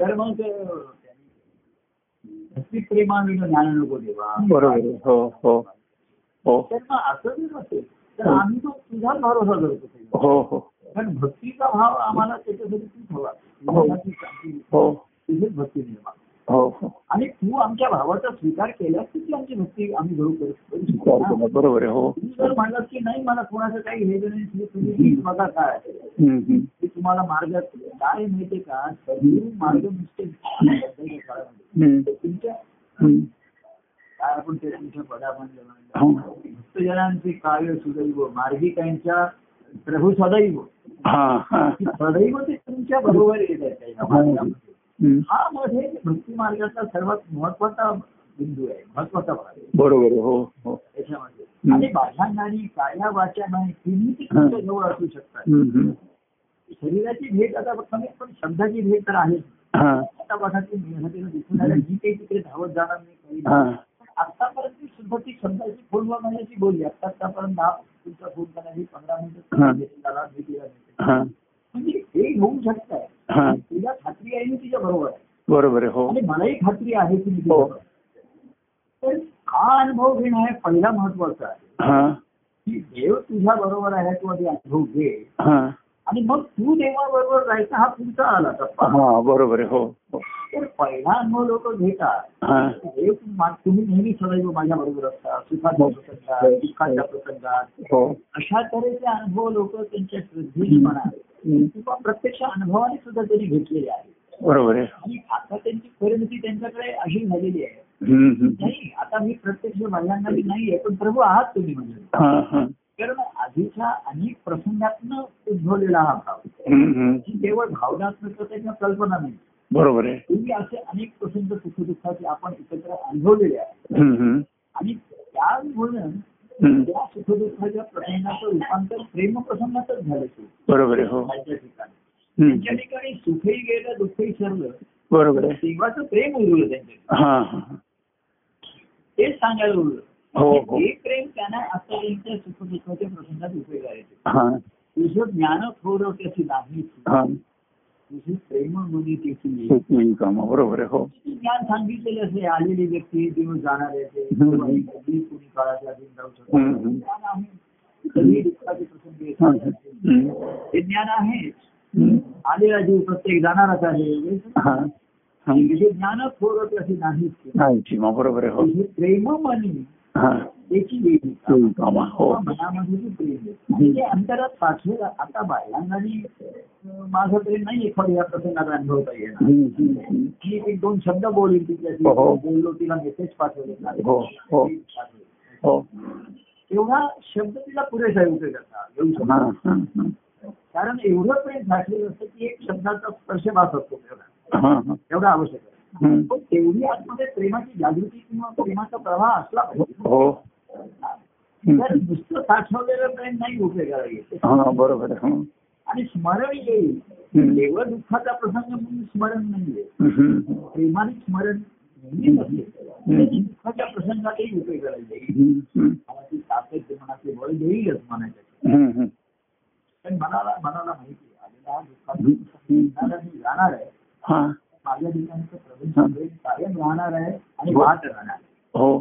A: तर मग अं, अशी प्रेमाविण ज्ञान नको देवा
B: बरोबर हो हो हो
A: तर मग असं जर असेल तर आम्ही तो तुझा भरोसा करतो तेव्हा.
B: हो हो
A: कारण भक्तीचा भाव आम्हाला त्याच्यासाठी तूच हवा
B: हो.
A: तुझ्यासाठी आमची
B: हो
A: तुझीच भक्ती निर्माण
B: हो हो
A: आणि तू आमच्या भावाचा स्वीकार केल्यास तुझी आमची भक्ती आम्ही घडू करू करू शकतो
B: चालतं
A: ना.
B: ना, बरोबर आहे हो
A: तू जर म्हणलास की नाही मला कोणाचं काही हे नाही तुम्ही- तुम्ही बघा काय
B: हम्म, हम्म.
A: मी तुम्हाला मार्ग काय माहितीये का सगळी मार्ग मिस्टेक तुमच्या
B: हम्म, हम्म.
A: काय आपण ते तुमच्या पदापण
B: हो.
A: भक्तजनांचे कार्य सुदैव मार्गिकांच्या प्रभू सदैव
B: हा हा
A: की सदैव ते तुमच्या बरोबर येत आहेत त्या
B: हो.
A: मार्गामध्ये.
B: हम्म.
A: हा मध्ये भक्ती मार्गाचा सर्वात महत्वाचा बिंदू आहे महत्वाचा भाग आहे
B: बरोबर आहे हो हो
A: त्याच्यामध्ये
B: हम्म.
A: आणि बाह्यांग आणि काया वाचन आणि तिन्ही ती तुमच्या जवळ असू शकतात
B: हम्म, हम्म.
A: शरीराची भेट आता कमी पण शब्दाची भेट तर आहे
B: हा
A: आता बघा ती मेहनतीनं दिसून आल्या जी काही तिकडे धावत जाणार नाही काही
B: हा
A: नाही. आतापर्यंत ती सुद्धा ती शब्दाची फोन बनवण्याची बोलली आता आतापर्यंत दहा तुमचा फोन करायची पंधरा
B: हा.
A: मिनिटं भेटून जाणार, भेटूया नाही.
B: हा
A: म्हणजे हे होऊ शकत आहे
B: हा
A: तुला खात्री आहे मी तिच्या बरोबर आहे
B: बरोबर आहे हो
A: आणि मलाही खात्री आहे की मी तिच्या
B: हो.
A: बरोबर आहे. तर हा अनुभव घेणं हे पहिला महत्वाचा आहे
B: हा
A: की देव तुझ्या बरोबर आहे किंवा ते अनुभव घे
B: हा
A: आणि मग तू देवाबरोबर राहायचा हा पुढचा आला टप्पा
B: हा बरोबर आहे हो हो
A: तर पहिला अनुभव लोक घेतात
B: हा
A: हे मा- तुम्ही नेहमी सदैव माझ्या बरोबर असता सुखाच्या प्रसंगात दुःखाच्या प्रसंगात
B: हो
A: अशा तऱ्हेचे अनुभव लोक त्यांच्या श्रद्धेने म्हणा
B: हम्म.
A: किंवा प्रत्यक्ष अनुभवाने सुद्धा त्यांनी घेतलेले आहेत
B: बरोबर आहे
A: आणि आता त्यांची परिणती त्यांच्याकडे अशी झालेली आहे
B: हम्म, हम्म.
A: नाही आता मी प्रत्यक्ष महिलांना मी नाहीये पण प्रभू आहात तुम्ही म्हणजे
B: हा हा
A: कारण आधीच्या अनेक प्रसंगातनं उद्भवलेला हा भाव
B: हम्म, हम्म.
A: ही केवळ भावनात्मकता किंवा कल्पना नाही
B: बरोबर आहे
A: पूर्वी असे अनेक प्रसंग सुखदुःखाचे आपण एकत्र अनुभवलेले आहेत
B: हम्म, हम्म.
A: आणि त्यामुळं
B: हम्म.
A: त्या सुखदुःखाच्या प्रसंगाचं रूपांतर प्रेमप्रसंगातच झालं ते
B: बरोबर आहे हो
A: त्यांच्या ठिकाणी त्यांच्या
B: हम्म.
A: ठिकाणी सुखही गेलं दुःखही सरलं
B: बरोबर आहे
A: देवाचं प्रेम उरलं त्यांच्या ठिकाणी.
B: हा हा
A: तेच सांगायला उरलं
B: हो
A: आणि
B: हो
A: ते प्रेम त्यांना आता त्यांच्या सुखदुःखाच्या प्रसंगात उपयोग आहे
B: हा
A: तुझं ज्ञान थोड त्याची नाही
B: हा
A: तुझे प्रेम म्हणजे त्याची एक.
B: शेती कामा बरोबर आहे हो
A: किती ज्ञान सांगितलेलं असे आलेली व्यक्ती दिवस जाणारे ते
B: हम्म.
A: कुणी काळाच्या अधीन जाऊ शकतो
B: हम्म, हम्म.
A: ज्ञान आहे कधी दुःखाचे प्रसंग
B: हा,
A: येतात.
B: हम्म.
A: हे ज्ञान आहे
B: हम्म.
A: आलेला जीव प्रत्येक जाणाराच आहे हे
B: हा हा.
A: तुझे ज्ञान थोडत असे नाही
B: नाही चिमा बरोबर आहे हो
A: तुझे प्रेम मनी
B: हा
A: त्याची वेगळी
B: शेती कामा हो
A: किंवा मनामध्ये जे प्रेम आहे. आणि ते अंतरात साठलेलं आता बायलांनी माझं प्रेम नाही एखाद्या या प्रसंगात अनुभवता येणार
B: हम्म, हम्म, हम्म.
A: मी एक दोन शब्द बोलेन तिच्याशी
B: हो, हो.
A: बोललो तिला मेसेज पाठवले
B: हो, हो.
A: पाठवले.
B: हो
A: तेवढा शब्द तिला पुरेसा येऊ शकता येऊ
B: हा
A: शकतो
B: हा
A: कारण एवढं प्रेम साठलेलं असतं की एक शब्दाचा स्पर्श भास असतो तेवढा
B: हा हा, हा.
A: एवढा आवश्यक आहे
B: हम्म.
A: पण तेवढी आतमध्ये प्रेमाची जागृती किंवा प्रेमाचा प्रवाह असला पाहिजे
B: हो
A: तर
B: हम्म.
A: नुसतं साठवलेलं प्रेम नाही उपयोगाला येते
B: हा बरोबर आहे हो.
A: आणि स्मरण येईल
B: हम्म.
A: केवळ दुःखाचा प्रसंग म्हणून स्मरण नाहीये
B: हम्म.
A: प्रेमाने स्मरण नेहमीच असते त्याची दुःखाच्या प्रसंगातही उपयोगाला येईल
B: हम्म. हम्म.
A: मला ती ताकद मनाचे बळ देईलच मनाच्या
B: हम्म. हम्म.
A: पण मनाला मनाला माहिती आहे. आलेला हा दुःखाचा
B: हम्म. हम्म.
A: येणार आणि जाणार आहे
B: हा
A: माझ्या ठिकाणचं प्रवीण सगळे कायम राहणार आहे आणि वाहत राहणार आहे.
B: हो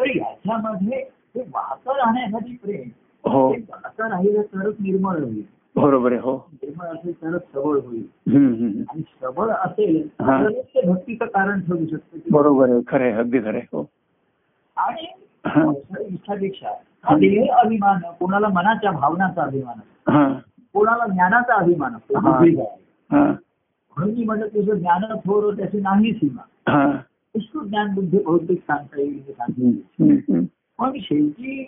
A: तर याच्यामध्ये ते वाहत राहण्यासाठी प्रेम
B: हो
A: ते वाहत राहिलं तरच निर्मळ होईल
B: बरोबर आहे हो
A: निर्मळ असेल तरच सबळ होईल
B: हम्म. हम्म.
A: आणि सबळ असेल
B: हा.
A: तरच ते भक्तीचं कारण ठरू शकतं
B: बरोबर आहे खरं आहे अगदी खरं आहे हो
A: आणि
B: हा.
A: संसारी इच्छापेक्षा हा देह अभिमान कोणाला मनाच्या भावनाचा अभिमान असतो
B: हा
A: कोणाला ज्ञानाचा अभिमान असतो
B: हा.
A: बुद्धीचा आहे.
B: हा
A: म्हणून मी म्हटलं तुझं ज्ञान थोर त्याची नाही सीमा
B: हा
A: विष्णू ज्ञान बुद्धी भौतिक सांगता येईल हे सांगता येईल.
B: हम्म. हम्म.
A: पण शेवटी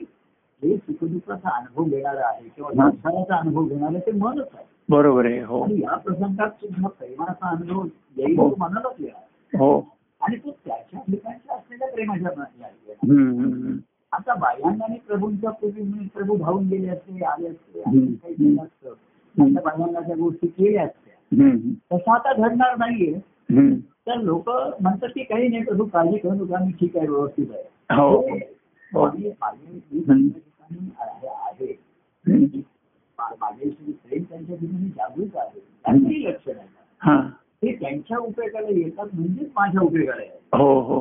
A: जे सुखदुःखाचा अनुभव घेणारा आहे किंवा
B: हा.
A: संसाराचा अनुभव घेणारं ते मनच आहे
B: बरोबर आहे हो
A: आणि या प्रसंगात सुद्धा प्रेमाचा अनुभव येईल
B: हो.
A: तो मनालाच येणार
B: हो
A: आणि तो त्याच्या ठिकाणच्या असलेल्या प्रेमाच्या मनाला येणार.
B: हम्म. हम्म.
A: आता बाह्यांनी प्रभूंच्या पूर्वी मी प्रभू भाऊन गेले असते आले असते
B: हम्म.
A: आणि काही केलं असतं त्यांच्या बाह्यांना त्या गोष्टी केल्या असत्या
B: हम्म.
A: तसं आता घडणार नाहीये
B: हम्म.
A: तर लोक म्हणतात की काही नाही प्रभू काळजी करू नका मी ठीक आहे व्यवस्थित आहे
B: हो हो
A: आणि माझे मी त्यांच्या ठिकाणी आहे- आहे.
B: हम्म.
A: मा- माझ्याशी प्रेम त्यांच्या ठिकाणी जागृत आहे त्याचंही लक्षण आहे
B: हा
A: हे त्यांच्या उपयोगाला येतात म्हणजेच माझ्या उपयोगाला येतात
B: हो हो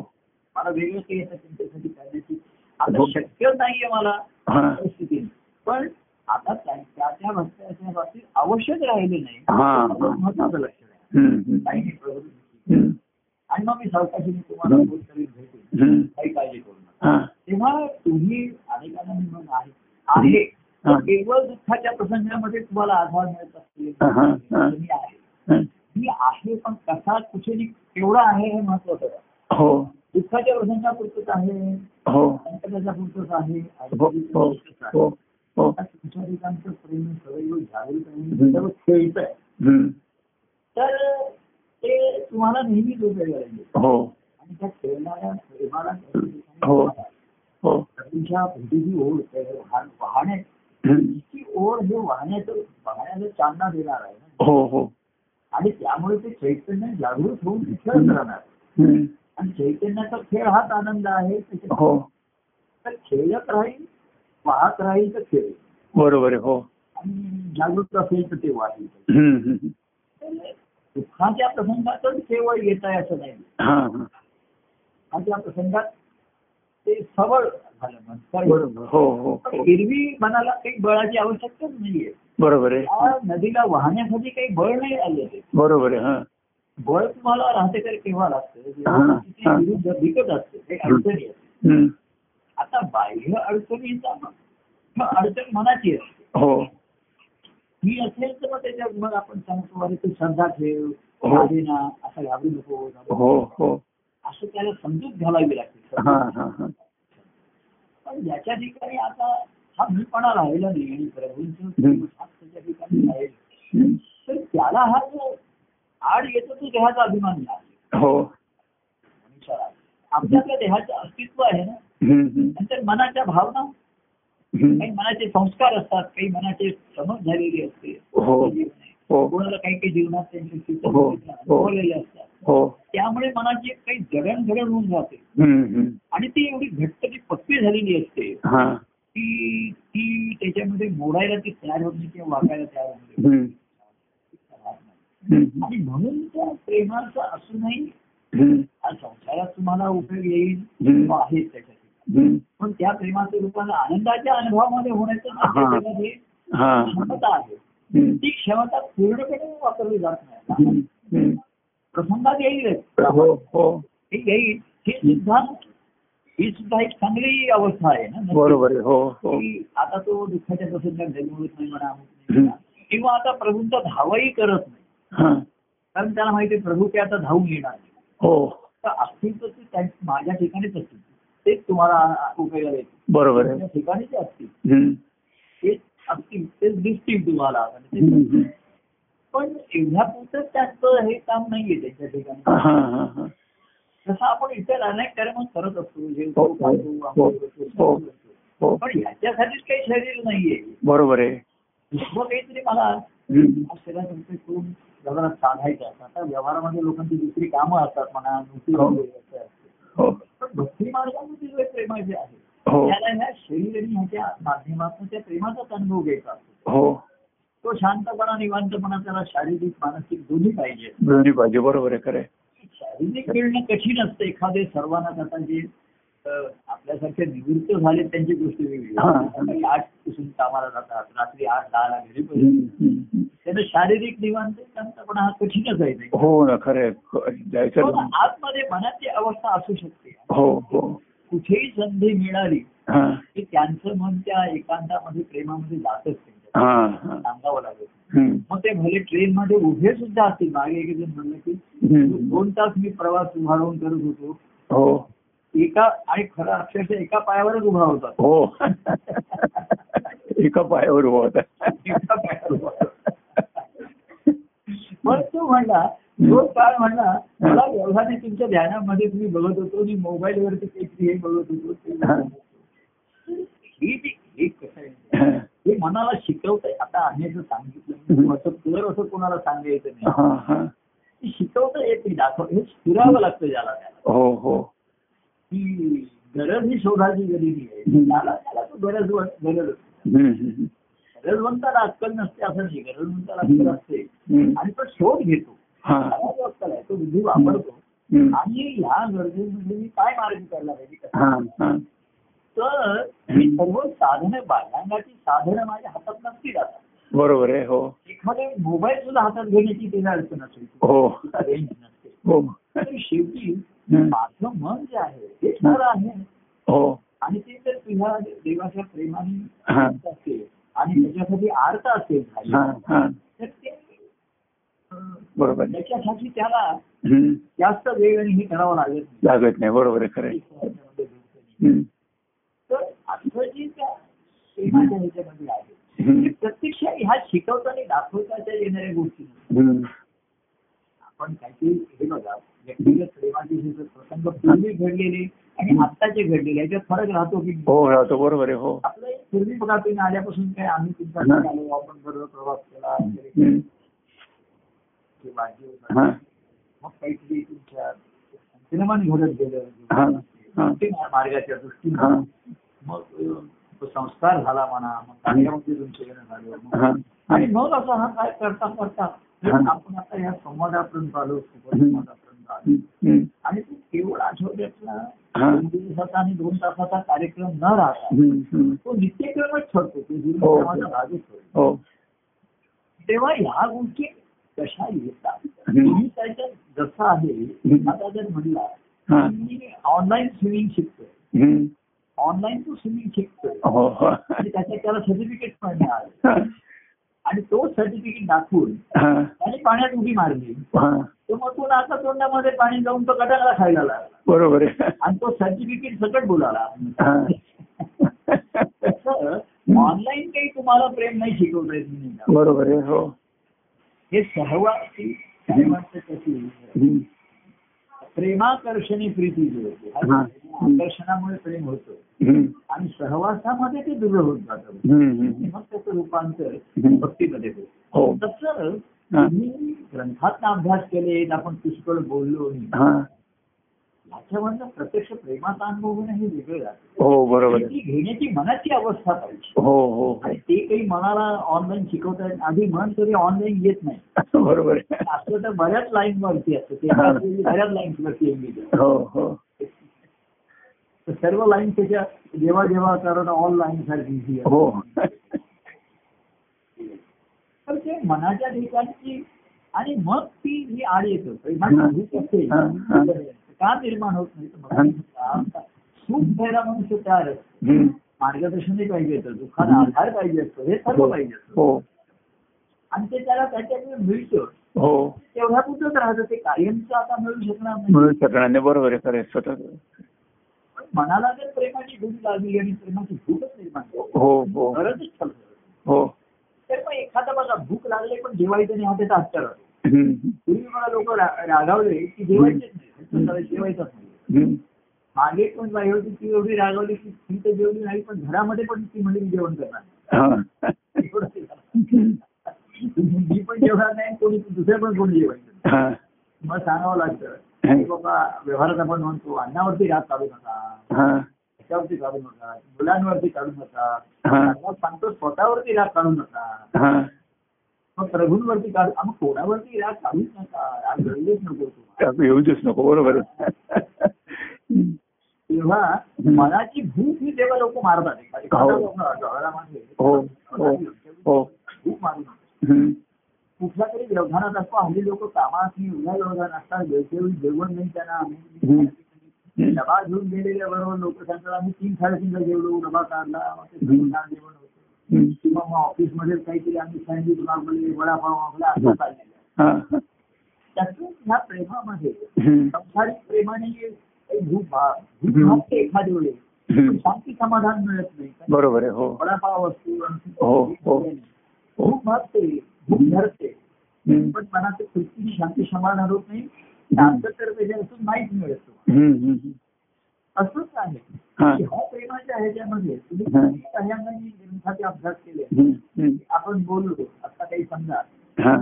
A: मला वेगळं काही येतात त्यांच्यासाठी करण्याची आता
B: हो.
A: शक्य नाहीये मला
B: हा.
A: परिस्थितीत पण आता त्या- त्या त्या भक्ताच्या बाबतीत आवश्यक राहिले नाही
B: हा.
A: महत्वाचं लक्षण आहे
B: हम्म,
A: काही
B: हम्म.
A: नाही प्रवृत्ती.
B: हम्म,
A: आणि मग मी सावकाशीने तुम्हाला
B: हम्म.
A: बोल करीत भेटेन
B: हम्म.
A: काही काळजी करू नका
B: हा,
A: तेव्हा तुम्ही अनेकांना मी म्हणून आहे आहे
B: हा.
A: पण केवळ दुःखाच्या प्रसंगामध्ये तुम्हाला आधार मिळत असतील
B: हा, हा, हा.
A: मी आहे
B: हा.
A: मी आहे पण कसा कुठे नि- केवढा आहे हे महत्वाचं आहे
B: हो
A: दुःखाच्या प्रसंगापुरतंच आहे
B: हो
A: संकटाच्या पुरतंच आहे
B: हो हो
A: अडचणीपुरतंच आहे.
B: हो हो
A: आता तुमच्या ठिकाणचं प्रेम सदैव जागृत
B: हम्म.
A: आणि सर्व खेळत आहे
B: हम्म,
A: तर ते तुम्हाला नेहमीच उपयोगी राहील
B: हो
A: आणि त्या खेळणाऱ्या प्रेमाला त्या ठिकाणी
B: हो. हो
A: तुमच्या भीतीची ओढ त्या वाहन- वाहने
B: हम्म,
A: की ओढ हे वाहण्याचं वाहण्याचं चालना देणार आहे ना
B: हो हो
A: आणि त्यामुळे ते चैतन्य जागृत होऊन ते खेळत राहणार
B: हम्म,
A: आणि चैतन्याचा खेळ हाच आनंद आहे त्याच्यात-
B: हो
A: तर खेळत राहील पाहत राहील तर खेळ
B: बरोबर आहे हो
A: आणि जागृत असेल तर ते वाहील
B: हम्म, हम्म.
A: तर दुःखाच्या प्रसंगातच केवळ येत आहे असं नाही
B: हा हा
A: दुःखाच्या प्रसंगात ते सबळ झालं मन सरळ.
B: बरोबर हो हो
A: पण
B: हो.
A: एरवी मनाला काही बळाची आवश्यकताच नाहीये
B: बरोबर आहे
A: त्या नदीला वाहण्यासाठी काही बळ नाही आले ते
B: बरोबर आहे हा
A: बळ तुम्हाला राहते तरी केव्हा लागतं
B: हा,
A: जेव्हा
B: हा.
A: तिथे विरुद्ध विकत असते काही अडचणी असते
B: हम्म,
A: आता बाह्य अडचणीचा मग- मग अडचण मनाची असते
B: हो
A: ही असेल तर मग त्याच्या मग आपण सांगतो अरे तू श्रद्धा ठेव
B: हो.
A: घाबरू ना असं घाबरू नको घाबरू
B: हो
A: नको.
B: हो
A: असं त्याला समजूत घालावी
B: हा
A: लागते
B: हा हा
A: पण ज्याच्या ठिकाणी आता हा मीपणा राहिला नाही आणि प्रभूंचं
B: हम्म.
A: हात त्याच्या ठिकाणी राहील
B: हम्म,
A: तर त्याला हा जो आड येतो तो देहाचा अभिमान नाही
B: हो
A: मनुष्याला. आपल्याकडे देहाचं अस्तित्व आहे ना
B: हम्म, हम्म,
A: नंतर मनाच्या भावना काही
B: हम्म.
A: मनाचे संस्कार असतात काही मनाचे समज झालेली असते म्हणजे
B: हो. हो
A: कोणाला काही काही जीवनात त्यांचे चित्र
B: हो. हो.
A: अनुभवलेले असतात
B: हो
A: त्यामुळे मनाची एक काही जडणघडण होऊन जाते
B: हम्म, हम्म.
A: आणि ती एवढी घट्ट ती पक्की झालेली असते
B: हा
A: की ती त्याच्यामध्ये मोडायला ती तयार होत नाही किंवा वागायला तयार होत नाही.
B: हम्म, हम्म,
A: आणि म्हणून त्या प्रेमाचं असूनही
B: हम्म,
A: आज संसारात तुम्हाला उपयोग येईल
B: हम्म.
A: किंवा आहे त्याच्यासाठी
B: हम्म.
A: पण त्या प्रेमाचं रूपानं आनंदाच्या अनुभवामध्ये होण्याचं
B: हा.
A: त्याच्यामध्ये
B: हा हा.
A: क्षमता आहे
B: हम्म,
A: ती क्षमता पूर्णपणे वापरली जात नाही
B: हम्म, हम्म.
A: प्रसंगात येईलच
B: हो हो
A: हे येईल हे सुद्धा ही सुद्धा एक चांगली अवस्था आहे ना
B: बरोबर आहे हो हो
A: की आता तो दुःखाच्या प्रसंगात जन्मवत नाही म्हणा अमुक नाही
B: हम्म.
A: म्हणा. किंवा आता प्रभूंचा धावाही करत नाही
B: हा
A: कारण त्याला माहिती आहे प्रभू ते आता धावून येणार नाही
B: हो
A: तर असतील तर ते त्या- माझ्या ठिकाणीच असतील ते तुम्हाला उपयोगाला येतील
B: बरोबर आहे
A: माझ्या ठिकाणी ते असतील
B: हम्म,
A: ते असतील तेच दिसतील तुम्हाला आणि ते-
B: हम्म, हम्म.
A: पण एवढ्या पुरतच त्यांचं हे काम नाहीये त्यांच्या ठिकाणी
B: हा हा हा
A: जसं आपण इतर अनेक कर्म करत असतो जेवतो
B: हो, हो,
A: खातो
B: हो,
A: आंघोळ करतो, स्नान
B: हो.
A: करतो.
B: हो
A: पण ह्याच्यासाठीच काही शरीर नाहीये
B: बरोबर आहे
A: मग काहीतरी मला
B: हम्म,
A: अक्षरात उपयोग करून व्यवहारात साधायचा असतो आता व्यवहारामध्ये लोकांची दुसरी कामं असतात म्हणा नोकरी
B: हो.
A: वगैरे असं असतं.
B: हो
A: पण भक्ती मार्गामध्ये जे प्रेमाचे आहे
B: हो
A: त्याला ह्या शरीर आणि ह्याच्या माध्यमातून त्या प्रेमाचाच अनुभव घ्यायचा असतो
B: हो
A: तो शांतपणा निवांतपणा त्याला शारीरिक मानसिक दोन्ही पाहिजे
B: दोन्ही पाहिजे बरोबर आहे खरं आहे.
A: शारीरिक मिळणं कठीण असतं एखादे सर्वांना आता जे अं, आपल्यासारखे निवृत्त झाले त्यांची गोष्ट वेगळी
B: हा.
A: सकाळी आठ पासून कामाला जातात रात्री आठ दहाला घरी पण
B: हम्म, हम्म.
A: त्यानं शारीरिक निवांत शांतपणा हा कठीणच आहे नाही
B: हो ना खरं आहे. क- जायचं
A: पण आतमध्ये मनाची अवस्था असू शकते
B: हो हो
A: कुठेही संधी मिळाली
B: हा
A: की त्यांचं मन त्या एकांतामध्ये प्रेमामध्ये जातच नाही
B: हा हा
A: सांगावं लागत नाही.
B: हम्म,
A: मग ते भले ट्रेन मध्ये उभे सुद्धा असतील मागे एक जण म्हणलं की
B: हम्म.
A: दोन तास मी प्रवास उभारून करत होतो
B: हो
A: एका आणि खरं अक्षरशः एका पायावरच उभा होता
B: हो एका पायावर उभा
A: एका पायावर उभा होता.
B: होता
A: मग तो म्हणला तो काळ म्हणला मला एवढाने तुमच्या ध्यानामध्ये तुम्ही बघत होतो मी मोबाईल वरती काहीतरी हे बघत होतो ते बघत होतो. हे जे- हे कसं आहे
B: हा.
A: हे मनाला शिकवतंय आता आम्ही जर सांगितलं
B: हम्म.
A: तू असं कर असं कोणाला सांगायचं नाही
B: हा, हा.
A: ते शिकवता येत नाही दाखव हे फिरावं लागतं ज्याला त्याला
B: हो हो
A: की गरज ही शोधाची गरजी आहे
B: हम्म.
A: त्याला त्याला तो गरज गरज असते.
B: हम्म, हम्म,
A: गरजवंताला अक्कल नसते असं नाही गरजवंताला अक्कल असते
B: हम्म.
A: आणि तो शोध घेतो
B: हा.
A: मला जो अक्कल आहे तो बुद्धी वापरतो
B: हम्म.
A: आणि ह्या गरजेमध्ये मी काय मार्ग काढला पाहिजे कसं?
B: हा, हा.
A: तर
B: हम्म.
A: सर्व साधनं बाळगण्याची साधनं माझ्या हातात नसतील आता
B: बरोबर आहे हो
A: एखादे मोबाईल सुद्धा हातात घेण्याची त्याला अडचण असेल
B: हो
A: सुद्धा रेंज नसते
B: हो
A: तर शेवटी
B: हम्म.
A: माझं मन जे आहे ते खरं आहे
B: हो
A: आणि ते जर तुझ्या देवाच्या प्रेमाने
B: हा.
A: असेल आणि त्याच्यासाठी आर्त असेल खाली,
B: हा, हा.
A: तर ते अं,
B: बरोबर आहे.
A: त्याच्यासाठी त्याला
B: हम्म.
A: जास्त वेळ आणि हे करावं लागत नाही.
B: लागत नाही बरोबर आहे खरं आहे.
A: ईश्वराच्यामध्ये गुंतणे.
B: हम्म.
A: तर असं जे त्या प्रेमाच्या ह्याच्यामध्ये आहे
B: हम्म.
A: ते प्रत्यक्ष ह्या शिकवताना दाखवताच्या येणाऱ्या गोष्टी नसतात.
B: हम्म.
A: आपण काहीतरी हे बघा व्यक्तिगत प्रेमाचे जे जे प्रसंग पूर्वी घडलेले आणि आत्ताचे घडलेले याच्यात फरक राहतो की
B: हो राहतो बरोबर आहे हो
A: आपलं हे पूर्वी बघा तुम्ही आल्यापासून काय आम्ही तुमच्याकडे आलो आपण बरोबर प्रवास केला वगैरे
B: हम्म.
A: ते वाद्य
B: हा,
A: होतं. मग काहीतरी तुमच्या सिनेमान घडत
B: हा,
A: गेलं
B: हा.
A: ते मार्गाच्या दृष्टीने
B: हा,
A: मग अ, संस्कार झाला म्हणा मग कार्यामध्ये तुमचे येणं झालं मग.
B: हा.
A: आणि मग असं हा काय करता करता
B: हा.
A: आपण आता या संवादापर्यंत आलो
B: हम्म.
A: संवादापर्यंत आलो
B: हम्म.
A: आणि तो केवळ आठवड्यातला
B: हा.
A: दोन दिवसाचा आणि दोन तासाचा कार्यक्रम न राहता
B: हम्म. हम्म.
A: तो नित्यक्रमच ठरतो तो
B: हो.
A: जीवनक्रमाचा भागच होईल
B: हो
A: तेव्हा ह्या गोष्टी कशा येतात
B: हम्म.
A: तुम्ही त्याच्यात जसं आहे
B: हम्म.
A: आता जर म्हणला
B: हा.
A: मी ऑनलाईन स्विमिंग शिकतोय
B: हम्म.
A: ऑनलाईन तो स्विमिंग शिकतोय
B: हो हो.
A: आणि त्याच्यात त्याला सर्टिफिकेट पण मिळालं
B: हा,
A: आणि तो सर्टिफिकेट दाखवून
B: हा,
A: त्याने पाण्यात उडी मारली
B: हा.
A: तर मग तो नाका तोंडामध्ये पाणी जाऊन तो कटाकडा खायला लागला
B: बरोबर आहे
A: आणि तो सर्टिफिकेट सकट बोलाला
B: हा.
A: तसं ऑनलाईन काही तुम्हाला प्रेम नाही शिकवता येत नाही.
B: बरोबर आहे हो
A: हे सहवासी सहवासी कशी
B: हम्म.
A: प्रेमाकर्षणी प्रीती जी होती हा
B: हा.
A: आकर्षणामुळे प्रेम होतं
B: हम्म.
A: आणि सहवासामध्ये ते दुर्ग होत जातं
B: हम्म.
A: आणि
B: हम्म.
A: मग त्याचं रूपांतर
B: हम्म.
A: भक्तीमध्ये होतं
B: हो
A: तसं
B: हा.
A: तुम्ही ग्रंथात अभ्यास केले आपण पुष्कळ बोललो नाही.
B: हा
A: याच्यावरनं प्रत्यक्ष प्रेमाचा अनुभव होणं हे वेगळं जातं
B: हो बरोबर आहे
A: ती घेण्याची मनाची अवस्था पाहिजे
B: हो हो
A: आणि ते काही मनाला ऑनलाईन शिकवतात आधी मन तरी ऑनलाईन येत नाही
B: हो बरोबर आहे
A: असं तर बऱ्याच लाईन वरती असतं ते
B: हा.
A: असलेली बऱ्याच लाईन वरती येईल
B: हो हो
A: तर सर्व लाईन त्याच्या जेव्हा जेव्हा कारण ऑल लाईन सारखी
B: हो
A: तर ते मनाच्या ठिकाणची आणि मग ती जी आड म्हणजे येतो
B: हा.
A: परिणाम भूक असते
B: हा, हा.
A: का निर्माण होत नाही तर मला सुख द्यायला मनुष्य तयार असतो.
B: हम्म.
A: मार्गदर्शनही पाहिजे येतं दुःखाला आधार पाहिजे असतो हे सर्व पाहिजे असतं
B: हो
A: आणि ते त्याला त्याच्याकडे मिळतं
B: हो
A: तेवढ्या पुरतच राहतं ते कायमचं आता मिळू शकणार
B: मिळू
A: नाही
B: शकणार नाही बरोबर आहे खरं आहे. स्वतः
A: पण मनाला जर प्रेमाची भूक लागली आणि प्रेमाची भूकच निर्माण झाली,
B: हो हो
A: गरजच ठरलं
B: हो
A: तर मग एखादा बघा भूक लागले पण जेवायचं नाही हा त्याचा हत्यार असतो
B: हम्म.
A: पूर्वी मला लोक रागावले की जेवायचेच नाही हट्ट करायला जेवायचंच नाही
B: हम्म.
A: मागे पण बाई होती ती एवढी रागावली की ती तर जेवली नाही पण घरामध्ये पण ती म्हणजे मी जेवण करणार नाही.
B: हा.
A: एवढं ते झालं. मी पण जेवणार नाही कोणी दुसऱ्या पण कोणी जेवायचं नाही.
B: हा.
A: मग सांगावं लागतं की बाबा व्यवहारात आपण म्हणतो अन्नावरती राग काढू नका
B: हा.
A: त्याच्यावरती काढू नका मुलांवरती काढू नका
B: हा.
A: अन्नात सांगतो स्वतःवरती राग काढू नका
B: हा.
A: मग प्रभूंवरती काढू आम्ही कोणावरती राग काढूच नका राग घडलेच नको तुम्हाला
B: येऊ देच नको बरोबर आहे.
A: तेव्हा मनाची भूक ही तेव्हा लोक मारतात म्हणजे एखादी
B: हो.
A: व्यवहारामध्ये
B: हो हो हो
A: भूक मारू नका
B: हम्म.
A: कुठल्या तरी व्यवधानात असतो हल्ली लोक कामात आणि एवढ्या व्यवधान असतात वेळच्यावेळी जेवण नाही त्यांना
B: हम्म.
A: आम्ही डबा घेऊन गेलेल्या बरोबर लोक सांगतात आम्ही तीन साडेतीनला जेवलो डबा काढला मग ते
B: हम्म.
A: सगळं जेवण होतं
B: हम्म.
A: किंवा मग ऑफिसमध्ये काहीतरी आम्ही सँडविच मागवले वडापाव मागला असं
B: हम्म.
A: चाललेलं आहे.
B: हा.
A: त्यातून ह्या प्रेमामध्ये
B: हम्म.
A: संसारिक प्रेमाने जे काही भूक भाग भूक
B: हम्म.
A: भागते एखाद्या वेळेस पण
B: हम्म.
A: शांती समाधान मिळत नाही कारण
B: बरोबर आहे हो
A: वडापाव असतो आणखी
B: हो, हो.
A: भूक भागते भूक धरते
B: हम्म.
A: पण मनात तृप्तीची शांती समाधान होत नाही शांत तर त्याच्यापासून माहीत मिळतो
B: हम्म. हम्म.
A: असंच आहे
B: हा.
A: की ह्या प्रेमाच्या ह्याच्यामध्ये तुम्ही
B: हा.
A: किती साह्याने ग्रंथाचे अभ्यास केले
B: हम्म. हम्म.
A: आपण बोललो आता काही समजा
B: हा.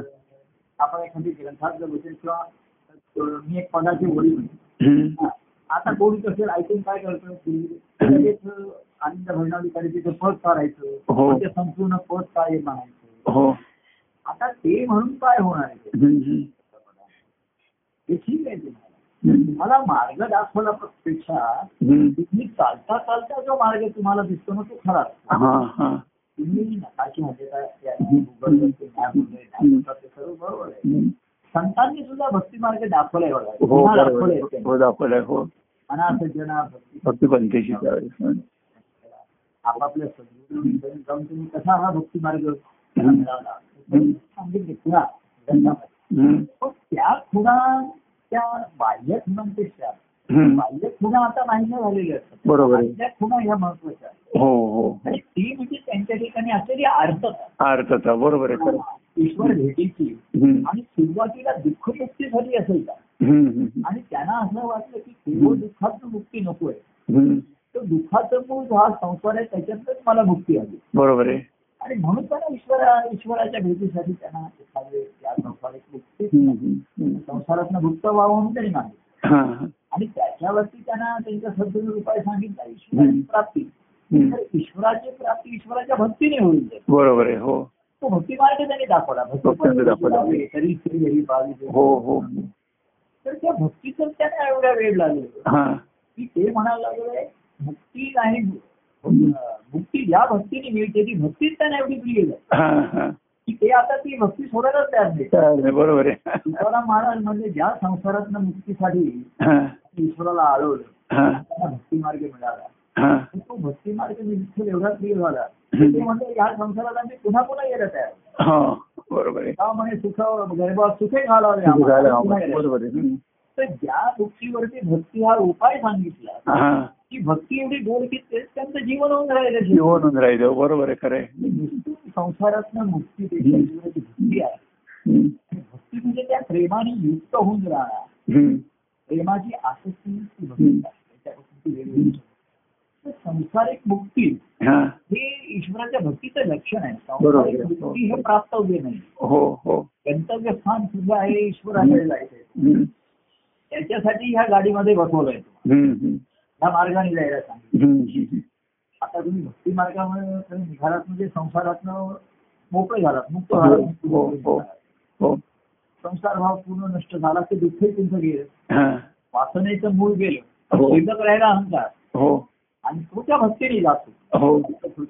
A: आपण एखादी ग्रंथातलं बसेल किंवा अं, मी एक पदाची ओळी म्हणतो
B: हम्म.
A: आता कोणी कसेल ऐकून काय करतो की लगेच अं, आनंद भरणाधिकारी तिथं पद काढायचं
B: हो.
A: मग ते संपूर्ण पद काय आहे म्हणायचं
B: हो
A: आता ते म्हणून काय होणार आहे
B: हम्म.
A: हे ठीक आहे तुम्हाला
B: हम्म.
A: तुम्हाला मार्ग दाखवण्यापेक्षा
B: हम्म.
A: तुम्ही चालता चालता जो मार्ग तुम्हाला दिसतो ना तो खरा असतो.
B: हा हा
A: तुम्ही नकाशामध्ये काय त्या
B: हम्म.
A: गुगलवरती map वगैरे
B: हम्म.
A: दाखवतात म्हणजे ते सर्व बरोबर आहे
B: हम्म.
A: संतांनी सुद्धा भक्ती मार्ग दाखवलाय बघा
B: हो
A: पुन्हा
B: बरोबर
A: दाखवलाय
B: आहे.
A: त्यांनी.
B: हो दाखवलाय हो
A: अनाथ जना भक्ती
B: फक्त पंच्याऐंशी त्यावेळेस हं.
A: आपापल्या सद्गुरूंकडे जाऊन तुम्ही कसा हा भक्ती मार्ग
B: हम्म.
A: मिळाला? सांगितले खुणा ग्रंथामध्ये.
B: हम्म.
A: पण हो, त्या खुणा त्या बाह्य खुणांपेक्षा
B: हम्म.
A: बाह्य खुणा आता नाही झालेल्या असतात
B: बरोबर आहे
A: बाह्य खुणा ह्या महत्वाच्या आहेत.
B: हो हो
A: आणि ती म्हणजे त्यांच्या ठिकाणी असलेली अर्थता
B: अर्थता बरोबर आहे खरं
A: ईश्वर भेटीची
B: हम्म.
A: आणि सुरुवातीला दुःख मुक्ती झाली असेल का
B: हम्म. हम्म.
A: आणि त्यांना असं वाटलं की केवळ दुःखातून मुक्ती नकोय
B: हम्म.
A: तर दुःखाचं मूळ हा संसार आहे त्याच्यातच मला मुक्ती हवी
B: बरोबर आहे
A: आणि म्हणून त्यांना ईश्वरा ईश्वराच्या भेटीसाठी त्यांना एखादे त्या संसारात मुक्ती
B: हम्म. हम्म.
A: संसारातनं मुक्त व्हावं म्हणून त्यांनी मागितलं
B: हा, हा.
A: आणि त्याच्यावरती त्यांना त्यांचा सद्गुण उपाय सांगितला ईश्वराची प्राप्ती
B: हम्म.
A: तर ईश्वराची प्राप्ती ईश्वराच्या भक्तीने होईल
B: बरोबर आहे हो
A: तो भक्ती मार्ग त्यांनी दाखवला भक्ती
B: भक्तीने दाखवला.
A: तरी श्री हरी बावी देव.
B: हो हो
A: तर त्या भक्तीचं त्यांना एवढा वेळ लागेल
B: हा
A: की ते म्हणायला लागले भक्ती नाही अं, मुक्ती ज्या भक्तीने मिळते ती भक्तीच त्यांना एवढी प्रिय झाली
B: हा हा
A: की ते आता ती भक्ती सोडायलाच तयार नाही
B: चालेल, बरोबर आहे
A: तुकाराम महाराज म्हणजे ज्या संसारात मुक्तीसाठी
B: हा
A: ईश्वराला आळवलं
B: हा
A: त्यांना भक्ती मार्ग मिळाला
B: हा
A: तर तो भक्ती मार्ग विठ्ठल एवढा प्रिय झाला
B: हम्म.
A: ते म्हणजे या संसारात आम्ही पुन्हा पुन्हा येत तयार
B: हो बरोबर आहे
A: का म्हणे सुख गरबा सुखे घालावे
B: झालं,
A: आम्हाला.
B: हो,
A: पुन्हा येण्याचं.
B: बरोबर आहे हम्म.
A: तर ज्या भक्तीवरती भक्ती हा उपाय सांगितला
B: हा
A: ती भक्ती एवढी गोड की तेच त्यांचं जीवन होऊन राहिलं
B: जीवन राहिलं बरोबर आहे खरं आहे
A: नुसती संसारातनं मुक्ती त्याच्या जीवनाची भक्ती आहे
B: हम्म.
A: आणि भक्ती म्हणजे त्या प्रेमाने युक्त होऊन राहणार
B: हम्म.
A: प्रेमाची आसक्ती ती भक्ती आहे. त्याच्यापासून ती वेगळी गोष्ट. तर संसारिक मुक्ती
B: हा
A: हे ईश्वराच्या भक्तीचं लक्षण आहे
B: बरोबर आहे.
A: संसारिक मुक्ती हे प्राप्तव्य नाही
B: हो हो
A: गंतव्य स्थान सुद्धा आहे ईश्वराकडे जायचंय
B: हम्म.
A: त्याच्यासाठी ह्या गाडीमध्ये बसवलंय तुम्हाला
B: हम्म. हम्म.
A: ह्या मार्गाने जायला सांगितलं
B: हम्म. हम्म.
A: आता तुम्ही भक्ती मार्गामुळे तुम्ही निघालात म्हणजे संसारातनं मोकळे झालात मुक्त
B: हो,
A: झालात
B: हो, हो. हो
A: संसार भाव पूर्ण नष्ट झाला ते दुःखही तुमचं गेलं
B: हा
A: वासनेचं मूळ गेलं
B: हो.
A: शिल्लक राहिला अहंकार
B: हो
A: आणि तो त्या भक्तीने जातो
B: हो
A: आणि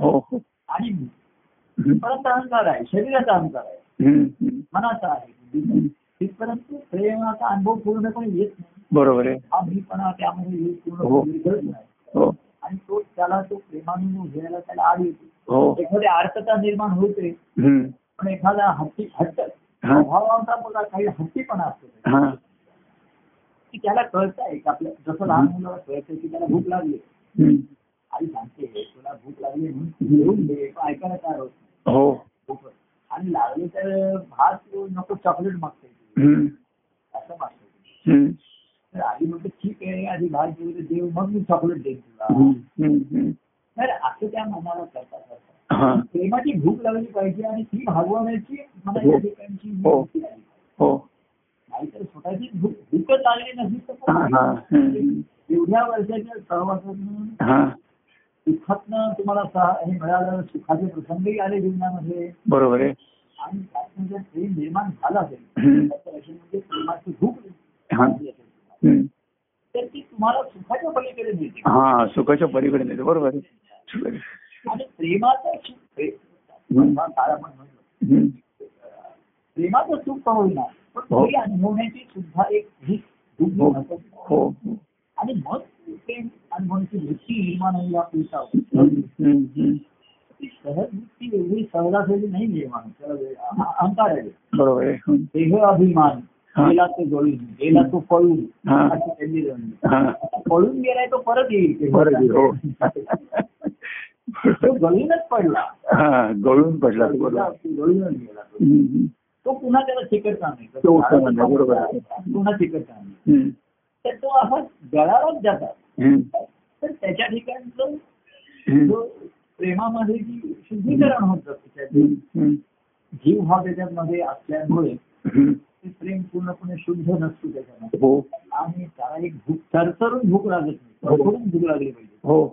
B: हो हो हम्म.
A: परत अहंकार आहे शरीराचा अहंकार आहे
B: हम्म. हम्म.
A: मनाचा आहे
B: हम्म.
A: तिथपर्यंत प्रेमाचा अनुभव पूर्णपणे येत नाही
B: बरोबर आहे
A: हा मीपणा त्यामध्ये येत
B: हो.
A: पूर्ण येतच नाही
B: हो
A: आणि तो त्याला तो प्रेमानुभव घ्यायला त्याला आड येतो
B: हो
A: एखादी आर्थता निर्माण होते
B: हम्म.
A: पण एखादा हट्टी हट्ट
B: हा
A: स्वभावाचा मुलगा काही हट्टीपणा असतो
B: हा
A: की त्याला कळत आहे की आपल्या जसं लहान मुलाला कळतं की त्याला भूक लागली
B: हम्म.
A: आई सांगते तुला भूक लागली म्हणून घेऊन दे पण ऐकायला तयार होत नाही
B: हो
A: भूक. आणि लागले तर भात घेऊन नको चॉकलेट मागते ती.
B: हम्म.
A: असं मागते ती.
B: हम्म.
A: तर आई म्हणते ठीक आहे आधी भात घेऊ दे देव मग मी चॉकलेट देईन तुला
B: हम्म. हम्म.
A: तर असं त्या मनाला करता करता
B: हा
A: प्रेमाची भूक लागली पाहिजे आणि ती भागवण्याची मनाच्या
B: हो.
A: ठिकाणची ही
B: हो.
A: भूक लागली.
B: हो
A: नाहीतर स्वतःची भूक भूकच लागली नसली तर
B: हा
A: कोण
B: हा हम्म.
A: एवढ्या वर्षाच्या सहवासातून
B: हा
A: सुखातनं तुम्हाला सहा- हे मिळालं सुखाचे प्रसंगही आले जीवनामध्ये
B: बरोबर आहे
A: आणि त्यातून जर प्रेम निर्माण झालं असेल
B: हम्म.
A: त्याचं लक्षण म्हणजे प्रेमाची भूक
B: हा.
A: लागली असेल.
B: हम्म.
A: तर ती तुम्हाला सुखाच्या पलीकडे मिळते
B: हा सुखाच्या पलीकडे नाही बरोबर आहे सुखाच्या-
A: आणि प्रेमाचं सुख प्रे-
B: हम्म.
A: काल आपण म्हणलो
B: हम्म.
A: अं, प्रेमाचं सुख का होईना पण
B: हो.
A: ते अनुभवण्याची सुद्धा एक भूक भूक
B: हो
A: महत्वाची आहे.
B: हो
A: आणि मग प्रेम अनुभवाची वृत्ती निर्माण होईल आपल्याला
B: हम्म. हम्म. हम्म.
A: ती सहज वृत्ती एवढी सहजासहजी नाही निर्माण त्याला वेळ- अ- अहंकार आहे
B: बरोबर आहे हम्म.
A: देह अभिमान
B: हा.
A: गेला तो गळून गेला तो पळून
B: हा.
A: अशी त्यांनी जाणली.
B: हा
A: आता पळून गेलाय तो परत येईल
B: बरोबर आहे, हो
A: तो
B: बरोबर.
A: गळूनच पडला
B: हा गळून पडला तो बरोबर
A: गळूनच गेला तो.
B: हम्म. हम्म.
A: तो पुन्हा त्याला चिकटता नाही
B: तो उत्तम आहे, बरोबर आहे.
A: पुन्हा चिकटता नाही
B: हम्म.
A: तर तो असा गळालाच जातात
B: हम्म.
A: तर त्याच्या ठिकाणचं
B: हम्म.
A: जो प्रेमामध्ये जी शुद्धीकरण होत जातं त्याचे
B: हम्म. हम्म.
A: जीव हा त्याच्यामध्ये असल्यामुळे
B: हम्म.
A: ते प्रेम पूर्णपणे शुद्ध नसतो त्याच्यामध्ये
B: हो
A: आणि त्याला एक भूक तरतरून भूक लागत नाही
B: हो.
A: कडकडून भूक लागली पाहिजे
B: हो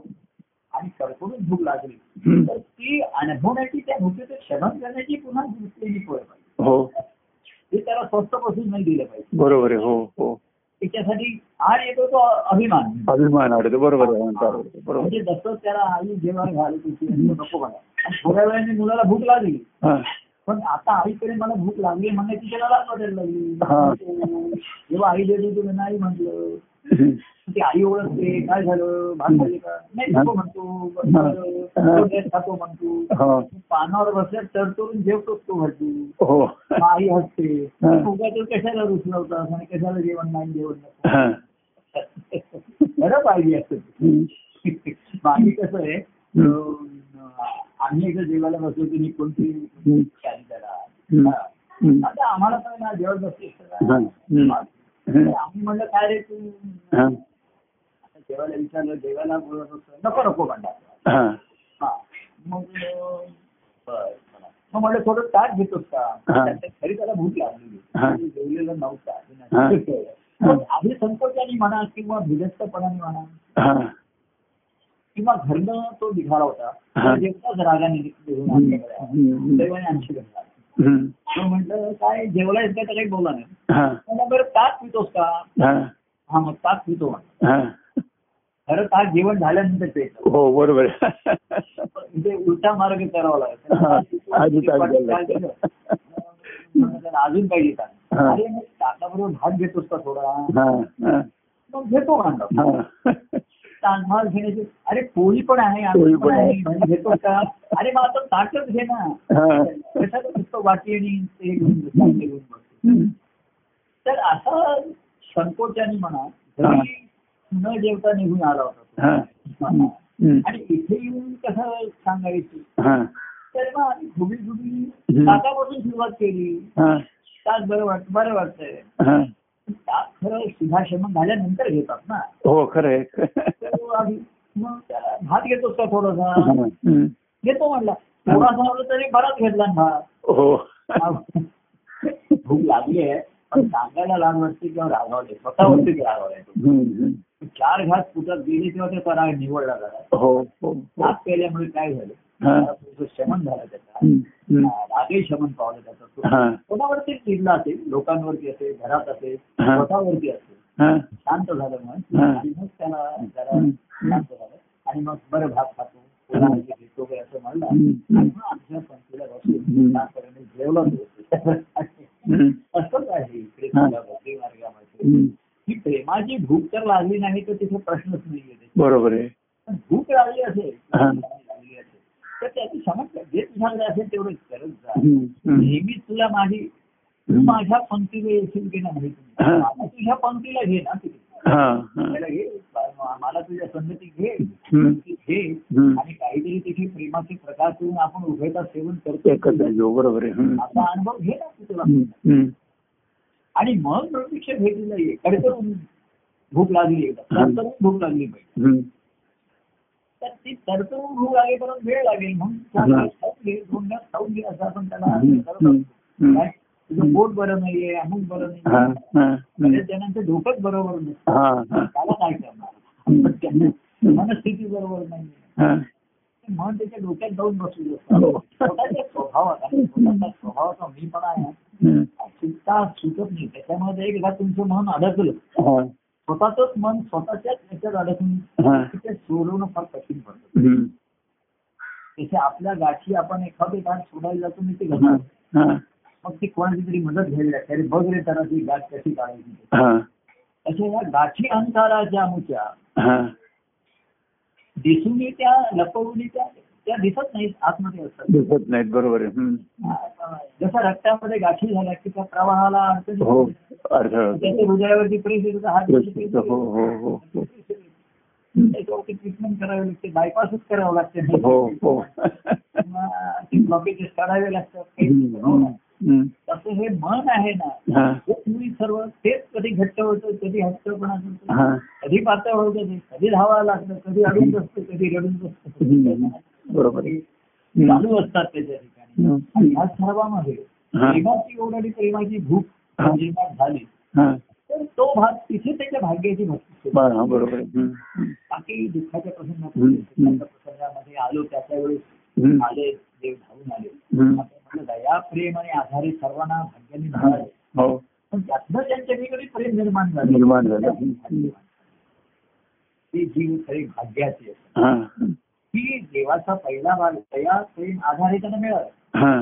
A: आणि कडकडून भूक लागली
B: हम्म.
A: तर ती अनुभवण्याची त्या भूकेचं क्षमन करण्याची पुन्हा दुसरी पळ पाहिजे
B: हो
A: हे त्याला स्वस्त बसून नाही दिलं पाहिजे
B: बरोबर आहे हो हो
A: त्याच्यासाठी आड येतो तो अभिमान
B: अभिमान आडतो बरोबर आहे म्हणता आडतो. बरोबर
A: म्हणजे जसं त्याला आई जेव्हा घालत होती म्हणजे नको मला थोड्या वेळाने मुलाला भूक लागली
B: हा.
A: पण आता आईकडे मला भूक लागली म्हणायची त्याला लाज वाटायला
B: हा.
A: लागली जेव्हा आई देत होती मी नाही म्हटलं ती आई ओळखते काय झालं भात झाली का नाही नको म्हणतो बरं झालं. तो dress खातो म्हणतो
B: हा.
A: पानावर बसल्या तरतरून जेवतोच तो म्हणतो
B: हो
A: आई हसते
B: हा.
A: उगाच कशाला रुसला होता आणि कशाला जेवण नाही जेवण नको
B: हा.
A: खरं पाहिजे असतं
B: हम्म.
A: बाकी कसं आहे अं, आम्ही एकदा जेवायला बसलो की कोणती
B: हम्म. हम्म. हम्म.
A: आता आम्हाला काय ना जेवण बसलीस तर
B: हा.
A: काय?
B: हम्म.
A: तर आम्ही म्हणलं काय रे तू
B: हा.
A: आता जेवायला विचारलं जेवायला बोलत असतो नको नको म्हणला
B: हा.
A: हा मग अं, बरं, बरं. मग म्हणलं थोडं ताट घेतोस का
B: हा.
A: त्याच्या- तरी त्याला भूक लागली
B: हा.
A: तरी जेवलेलं नव्हता
B: हा.
A: मग आधी संकोचाने म्हणा किंवा भिजस्तपणाने म्हणा
B: हा.
A: किंवा घरनं तो निघाला होता
B: हा.
A: जेवताच रागाने निघून
B: हम्म.
A: आमच्याकडे आला.
B: हम्म.
A: दैवाने आमची घटना
B: हम्म.
A: तो म्हटलं काय जेवला इतका तर काही बोला नाही
B: हा.
A: म्हणलं बरं ताक पितोस का
B: हा.
A: हा मग ताक पितो म्हणलं
B: हा.
A: खरं ताक जेवण झाल्यानंतर पेटलं
B: हो बरोबर आहे.
A: म्हणजे उलटा मार्ग करावा
B: हा. आधी ताक
A: लागेल
B: द्यायला
A: दिलं.
B: लागतं.
A: म्हणलं त्याला अजून पाहिजे ताक
B: हा.
A: अरे मग ताकाबरोबर भात घेतोस का थोडा
B: हा. हा.
A: मग घेतो म्हणलं
B: हा.
A: ताक भात घेण्याचे अरे पोळी पण आहे आम्ही
B: पोळी
A: पण
B: पण
A: आहे
B: आहे.
A: म्हणजे घेतो का अरे मग आता ताकच घे ना
B: हा.
A: कशाला नुसतं वाटी आणि ते घेऊन ताक घेऊन बसतो
B: हम्म.
A: तर असा संकोचाने म्हणा
B: हा.
A: घरी न जेवता निघून आला होता
B: हा.
A: तो.
B: हम्म. हम्म.
A: आणि इथे येऊन कसं सांगायचं
B: हा.
A: तर मग आम्ही झुबी झुबी
B: हम्म.
A: ताकापासून सुरुवात केली
B: हा.
A: ताक बरं वाट बरं वाटतंय
B: हा.
A: पण ताक खरं सुधाशमन झाल्यानंतर घेतात ना
B: हो खरं आहे
A: तर आम्ही मग त्याला भात घेतोस का थोडासा
B: हा. हम्म.
A: घेतो म्हणला थोडासा म्हणलं तरी बराच घेतला ना भात
B: हो
A: भूक लागली आहे पण सांगायला लहान वाटते किंवा रागावले स्वतःवरती रागावले
B: हम्म.
A: चार घास फुटात गेले तेव्हा ते परा निवडला जरा
B: हो हो हो.
A: ताप केल्यामुळे काय झालं
B: हा.
A: त्याचं शमन झालं त्याचा
B: हम्म. हम्म.
A: रागे शमन पावलं त्याचं तो
B: हा.
A: कोणावरती चिडला असेल लोकांवरती असेल घरात असेल
B: हा.
A: स्वतःवरती असेल
B: हा.
A: शांत झालं मग
B: हा.
A: आणि मग त्याला जरा
B: हम्म.
A: शांत झालं आणि मग बरं भात खातो
B: हम्म.
A: कोणाला घेतो वगैरे असं म्हणलं आणि
B: हम्म.
A: मग आमच्या पंक्तीला बसून
B: हम्म.
A: ताटपर्यंत जेवला तो
B: हम्म.
A: असंच आहे इकडे
B: हा.
A: कोल्हापूरच्या मार्गामध्ये
B: हम्म.
A: ही प्रेमाची भूक तर लागली नाही तर तिथे प्रश्नच नाहीये त्याचा.
B: बरोबर आहे
A: पण भूक लागली असेल
B: हा.
A: लागली असेल तर त्याची समस्या जे तुझ्याकडे असेल तेवढं करत जा
B: हम्म. हम्म.
A: नेहमीच तुला माझी तू
B: हम्म.
A: माझ्या पंक्तीला येशील की नाही माहिती
B: हा.
A: नाही. मला तुझ्या पंक्तीला घे ना तिथे
B: हा. हा.
A: मला घे म- मला तुझ्या संगती घे
B: हम्म.
A: ती घे
B: हम्म.
A: आणि काहीतरी तिथे प्रेमाचे प्रकाश करून आपण उभयता सेवन करतो
B: एकच आहे जो बरोबर आहे हम्म.
A: असा अनुभव घे ना तू तुला
B: हम्म. हम्म.
A: आणि मग प्रत्यक्ष भेटली नाहीये खरे तर भूक लागली एकदा
B: हा.
A: तर भूक लागली पाहिजे
B: हम्म.
A: तर ती तरतूद भूक लागेपर्यंत वेळ लागेल म्हणून चार
B: हा.
A: तास खाऊन घे, दोन तास खाऊन घे असं आपण त्याला
B: हम्म.
A: करत असतो.
B: हम्म.
A: काय? तुझं पोट बरं नाहीये अमुक बरं
B: हा.
A: नाहीये
B: हा. हम्म.
A: बऱ्याच जणांचं म्हणजे डोकंच बरोबर नसतं
B: हा. हा.
A: त्याला काय करणार पण त्यांना
B: हम्म.
A: मनस्थिती बरोबर नाहीये
B: हा.
A: मन त्याच्या डोक्यात जाऊन बसू
B: हो.
A: स्वतःच्या स्वभावात आणि स्वतःच्या स्वभावाचा मी पण आहे ना,
B: हम्म.
A: चिंता सुचत नाही त्याच्यामध्ये एकदा तुमचं मन अडकलं
B: हा.
A: स्वतःच मन स्वतःच्याच याच्यात अडकून
B: हा.
A: तिथे सोडवणं फार कठीण पडतं
B: हम्म.
A: तिथे आपल्या गाठी आपण एखादी गाठ सोडायला जातो आणि ते
B: हा.
A: घडणार
B: हा.
A: मग ती कोणाची तरी मदत घ्यायला लागते अरे बघ रे त्याला ती गाठ कशी काढायची
B: हा.
A: अशा या गाठी अंकाराच्या अमुच्या
B: हा.
A: दिसून त्या लपवून त्या त्या दिसत नाहीत आतमध्ये असतात
B: दिसत नाहीत बरोबर आहे हम्म.
A: जसा रक्तामध्ये गाठी झाल्या की त्या प्रवाहाला अडचण येते.
B: हो अडथळा
A: त्याच्या हृदयावरती प्रेस येतो हात
B: हो हो हो हो
A: त्याच्यावरती ट्रीटमेंट करावी लागते बायपासच करावं लागते
B: हो हो
A: किंवा ते blockages काढावे लागतात काही
B: हम्म,
A: करावं लागतं.
B: हम्म.
A: तसं हे मन आहे ना
B: हा,
A: हे तुम्ही सर्व तेच कधी घट्ट होतं कधी हस्तपणा करतो
B: हा.
A: कधी पातळ होतं ते कधी धावा लागतं कधी अडून बसतं कधी रडून
B: हम्म.
A: बसतं
B: बरोबर आहे. हम्म.
A: चालू असतात त्याच्या ठिकाणी आणि
B: हम्म.
A: ह्या सर्वामध्ये
B: हा,
A: प्रेमाची ओढाडी प्रेमाची भूक
B: हा.
A: निर्माण झाली
B: हा.
A: तर तो भाग तिथे त्याच्या भाग्याची भक्ती
B: बा- हा, बरोबर आहे. हम्म.
A: बाकी दुःखाच्या प्रसंगात
B: हम्म.
A: दुःखाच्या प्रसंगामध्ये आलो त्याच्या वेळेस
B: हम्म.
A: आले देव धावून आले
B: हम्म.
A: आपण म्हणलं दया प्रेम आणि आधारे सर्वांना भाग्याने मिळाले
B: हो
A: पण त्यातनं त्यांच्या ठिकाणी प्रेम निर्माण झालं
B: निर्माण झालं.
A: ते जीव खरे भाग्याचे
B: हा
A: की देवाचा पहिला भाग दया प्रेम आधार त्यांना मिळाला
B: हा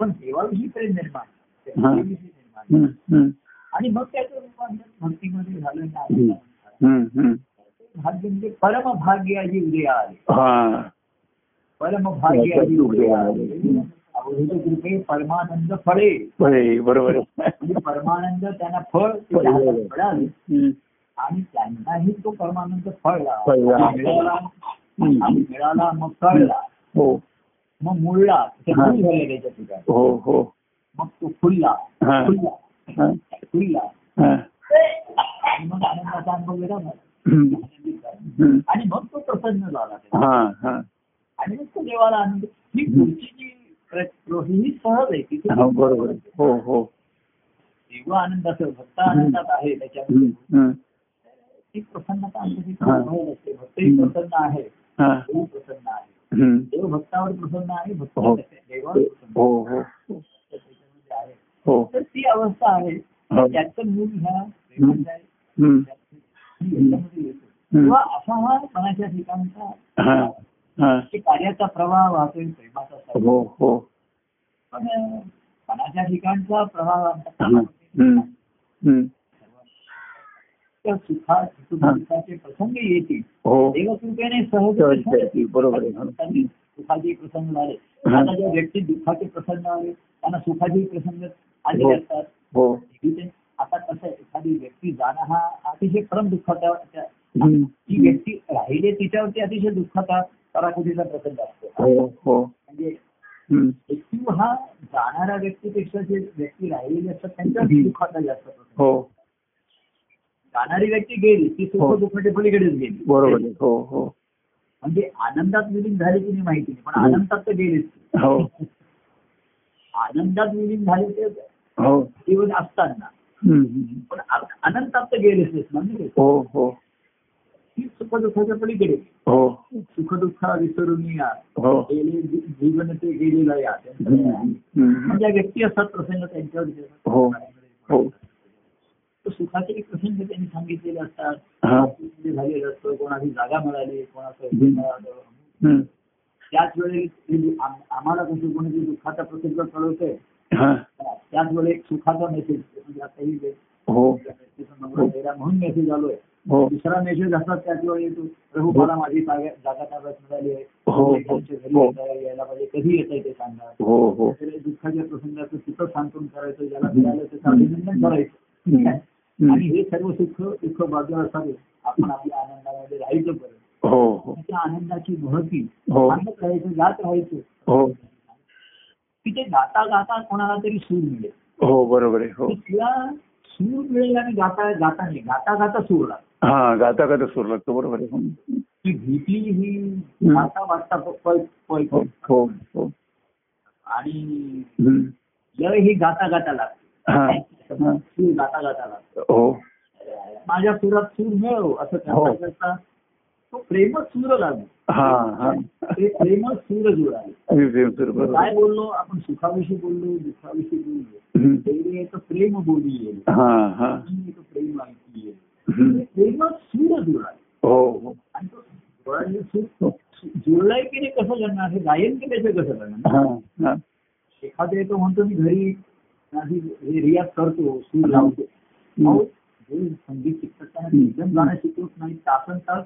A: पण देवाविषयी प्रेम निर्माण
B: हा.
A: देवाविषयी निर्माण.
B: हम्म, हम्म,
A: आणि मग त्याचं रूपांतर भक्तीमध्ये झालं ना
B: हम्म. हम्म, हम्म.
A: भाग्य म्हणजे परम भाग्य आजी उदया आले
B: हा
A: परम भाग्य आजी उदया आले अवधूत कृपे परमानंद फळे
B: बरे, बरोबर आहे.
A: म्हणजे परमानंद त्यांना फळ ते
B: फळे.
A: झाडाला फळाले
B: हम्म,
A: आणि त्यांनाही तो परमानंद फळला
B: फळला.
A: आणि मिळाला आणि मिळाला मग कळला
B: हो
A: मग मुळला ते
B: हा.
A: मूळ झालं त्याच्या ठिकाणी
B: हो हो
A: मग तो फुलला
B: हा.
A: फुलला
B: हा,
A: फुलला
B: हा.
A: आणि मग आनंदाचा अनुभव वेगळा झाला.
B: हम्म,
A: आनंदित झाला.
B: हम्म.
A: आणि मग तो प्रसन्न झाला त्याचा.
B: हा हा
A: आणि मग तो देवाला आनंद ही
B: हम्म.
A: पुढची जी प्र- ही जी सहज आहे ती
B: हो, बरोबर आहे. हो हो
A: देव आनंदाचं भक्त आनंदात आहे त्याच्यामध्ये
B: हम्म, हम्म.
A: ती प्रसन्नता आमच्याशी
B: हा.
A: सहज असते भक्तही
B: हम्म.
A: प्रसन्न आहे
B: हा
A: देव प्रसन्न आहे
B: हम्म.
A: देव भक्तावर प्रसन्न आहे भक्त
B: हो.
A: देवावर प्रसन्न
B: हो
A: आहे.
B: हो
A: तर त्याच्यामध्ये आहे
B: हो
A: तर ती अवस्था आहे
B: हो.
A: त्याचं मूल ह्या प्रेमाचं आहे.
B: हम्म.
A: त्याच्यामध्ये येतो. किंवा असा हा मनाच्या ठिकाणचा
B: हा हा
A: की कार्याचा प्रवाह वाहतोय प्रेमाचा सर्व.
B: हो हो
A: पण अं, मनाच्या ठिकाणचा प्रवाह
B: हा. हम्म. हम्म.
A: त्या सुखा सुखाचे प्रसंग येतील
B: हो
A: देवकृपेने सहज
B: सहज येतील. बरोबर आहे.
A: प्रसंग सुखाचे प्रसंग झाले
B: हा.
A: आता ज्या व्यक्ती दुःखाचे प्रसंग आले त्यांना सुखाचे प्रसंग
B: हो.
A: आले असतात
B: हो
A: ठीक आहे? आता कसं आहे, एखादी व्यक्ती जाणं हा अतिशय परम दुःखाचा त्या-
B: हम्म.
A: ती व्यक्ती राहिली तिच्यावरती अतिशय दुःखाचा पराकुटीचा प्रसंग असतो
B: हो हो
A: म्हणजे
B: हम्म.
A: एकटीव हा जाणाऱ्या व्यक्तीपेक्षा जे व्यक्ती राहिलेली असतात त्यांच्या
B: हम्म.
A: दुःखाचा जास्त प्रसंग
B: हो
A: जाणारी व्यक्ती गेली ती सुख
B: हो.
A: दुःखाच्या पलीकडेच गेली
B: बरोबर आहे. हो हो
A: म्हणजे आनंदात विलीन झाली की नाही माहिती नाही पण
B: हम्म.
A: आनंदात तर गेलीच
B: हो
A: आनंदात विलीन झाले ते
B: हो
A: जीवन असताना
B: हम्म, हम्म.
A: पण आ- अनंतात तर गेलेच म्हणजे
B: हो हो
A: ती सुखदुःखाच्या पलीकडे
B: हो
A: सुखदुःख विसरून या
B: हो
A: गेले जी- जीवन ते गेलेलं या त्यांचं
B: हम्म,
A: या.
B: हम्म.
A: ज्या व्यक्ती असतात प्रसंग त्यांच्यावर येतात.
B: हो. हो
A: तर सुखाचे प्रसंग त्यांनी सांगितलेले असतात
B: हा.
A: बाकी झालेलं असतं कोणाची जागा मिळाली कोणाचं हे
B: हम्म.
A: मिळालं.
B: हम्म.
A: त्याच वेळी ते जे आम- आम्हाला कसं कोणी दुःखाचा प्रसंग कळवतोय
B: हा
A: त्याच वेळी एक सुखाचा मेसेज म्हणजे आता ही व्यक्ती-
B: हो
A: व्यक्तीचा नवरा गेला म्हणून मेसेज आलोय
B: हो
A: दुसरा मेसेज असतात त्याच वेळी येतो प्रभू
B: हो.
A: मला माझी जागा जागा ताब्यात मिळाली आहे
B: हो.
A: तुम्ही तुमच्या घरी
B: हो.
A: येता- यायला पाहिजे कधी येत आहे ते सांगा
B: हो हो
A: वगैरे दुःखाच्या प्रसंगाचं तिथं सांत्वन करायचं ज्याला
B: हम्म.
A: मिळालं त्याचं अभिनंदन करायचं
B: हम्म.
A: काय? आणि हे सर्व सुख दुःख बाजूला असावे आपण आपल्या आनंदामध्ये राहायचं बरं
B: हो हो
A: त्या आनंदाची महती
B: हो.
A: मानत राहायचं जात राहायचं
B: हो
A: तिथे गाता गाता कोणाला तरी सूर मिळेल
B: हो बरोबर आहे हो
A: तिला सूर मिळेल आणि गाता गाता नाही गाता गाता सूर लागतो
B: हा गाता गाता सूर लागतो बरोबर आहे हम्म.
A: की भीती ही गाता वाटता प- प- प-
B: हो हो हो
A: आणि
B: हम्म.
A: लय ही गाता गाता लागते
B: हा हा.
A: सूर गाता गाता लागतो
B: हो
A: माझ्या सुरात सूर मिळव असं
B: हो.
A: करता करता तो प्रेमच सूर लागला
B: हा हा
A: ते प्रेमच सूर जुळाले
B: अरे देव सूर बरोबर
A: काय बोललो आपण सुखाविषयी बोललो दुःखाविषयी बोललो
B: हम्म.
A: ते येतं प्रेम बोली येईल
B: हा हा
A: आणि येतं प्रेम ऐकू येईल
B: हम्म.
A: ते प्रेमच सूर जुळाले
B: हो हो
A: आणि तो जुळालेलं सूर जुळलाय की नाही कसं करणार हे गायन की त्याचं कसं करणार
B: हा हा
A: एखादं येतो म्हणतो मी घरी नाही, हे रियाज करतो सूर लावतो
B: हम्म.
A: अहो, जे संगीत शिकतात एकदम गाणं शिकवत नाही तासन तास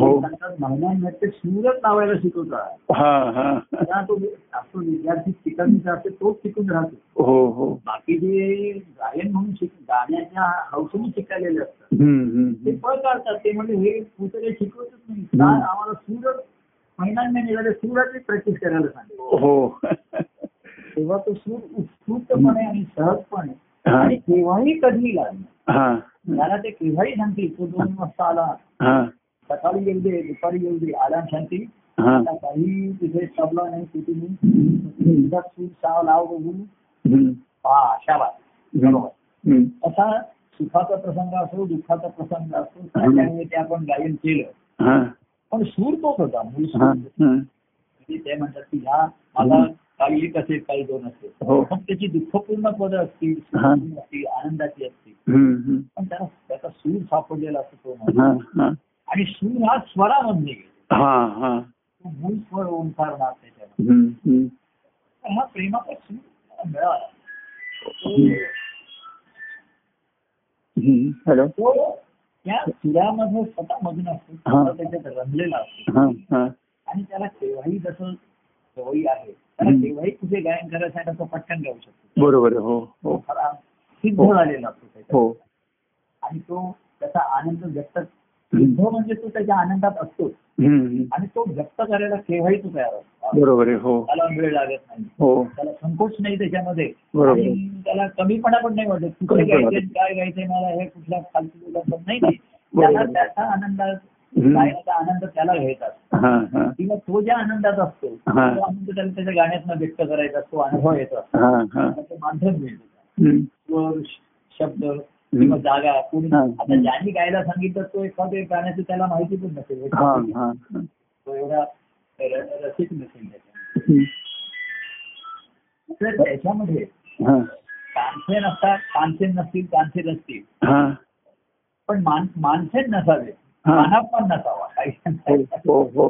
B: हो.
A: महिलांना ते सूरच लावायला शिकवतात
B: हा हा
A: त्याला तो असतो विद्यार्थी शिकवणीचा असते तोच शिकून राहतो
B: हो हो
A: तो। बाकी जे गायन म्हणून शिक गाण्याच्या हौसेने शिकायलेले असतात
B: हम्म, हम्म,
A: ते
B: हम्म.
A: पळ काढतात ते म्हणजे हे पुतळे शिकवतच नाही का आम्हाला सूरच महिलांना निघाले सूराची प्रॅक्टिस करायला सांगितलं
B: हो
A: तेव्हा तो सूर उत्स्फूर्तपणे आणि सहजपणे
B: हम्म. हा. हम्म.
A: आणि केव्हाही कधी लागणार
B: हा
A: त्याला ते केव्हाही सांगतील तो दोन वाजता आला
B: हा
A: सकाळी येऊ दे दुपारी येऊ दे आराम शांती
B: हा
A: आता काही तिथे तबला नाही तिथे मी
B: हम्म,
A: एकदा सूर साव लाव बघू
B: हम्म,
A: हा शाबाद बरोबर
B: हम्म.
A: असा सुखाचा प्रसंग असो दुःखाचा प्रसंग असो त्याच्यामुळे ते आपण गायन केलं
B: हा
A: पण सूर तोच होता मूळ सूर
B: हा हा
A: म्हणजे ते म्हणतात की ह्या माझा काल एक असेल काल दोन असेल
B: हो.
A: मग त्याची दुःखपूर्ण पदं असतील
B: हा.
A: सुखपूर्ण असतील आनंदाची असतील
B: हम्म, हम्म.
A: पण त्याला त्याचा सूर सापडलेला असतो तो म्हणून.
B: हा, हा.
A: आणि सूर हा स्वरामध्ये गेला
B: हा, हा.
A: तो मूळ स्वर ओंकार नाथ आहे त्याला
B: हम्म, हम्म.
A: तर हा प्रेमाचा सूर मिळाला
B: हम्म. हम्म. हॅलो
A: तो त्या सुरामध्ये स्वतः मग्न असतो
B: हा.
A: स्वतः त्याच्यात रंगलेला असतो
B: हा, हा.
A: आणि त्याला केव्हाही जसं सवयी आहे त्याला
B: हम्म.
A: केव्हाही कुठे गायन करायचं आहे तो पटकन गाऊ शकतो
B: बरोबर आहे. हो हो
A: तो खरा सिद्ध
B: हो.
A: झालेला असतो त्याच्यात
B: हो
A: आणि तो त्याचा आनंद व्यक्त सिद्ध
B: हम्म.
A: म्हणजे तो त्याच्या आनंदात असतो
B: हम्म, हम्म.
A: आणि तो व्यक्त करायला केव्हाही तो तयार असतो
B: बरोबर आहे. हो
A: त्याला वेळ लागत नाही
B: हो
A: त्याला संकोच नाही त्याच्यामध्ये
B: बरोबर.
A: आणि त्याला कमीपणा पण नाही वाटत कुठे
B: कमीपणा
A: गायचंय
B: वाटत.
A: काय गायचंय मला हे कुठल्या फालतू लोकांचं नाही नाही
B: बरोबर.
A: त्याला त्याचा आनंद
B: हम्म.
A: गायनाचा आनंद त्याला घ्यायचा असतो
B: हा, हा.
A: किंवा तो ज्या आनंदात असतो तो
B: हा.
A: आनंद त्याला त्याच्या गाण्यातनं व्यक्त करायचा असतो आनंद घ्यायचा असतो
B: हा, हा.
A: त्याला ते माध्यम मिळतं
B: हम्म.
A: स्वर शब्द किंवा जागा कोणी
B: हा.
A: आता ज्यांनी गायला सांगितलं तो एखाद्या गाण्याचं त्याला माहिती पण नसेल
B: हा, हा, हा.
A: तो एवढा र- रसिक नसेल त्याच्यामध्ये.
B: हम्म.
A: तर त्याच्यामध्ये
B: हा,
A: कानसेन असता कानसेन नसतील कानसेन असतील
B: हा.
A: पण मान मानसेन नसावे
B: हा.
A: मानापण नसावा
B: हो,
A: काही
B: हो हो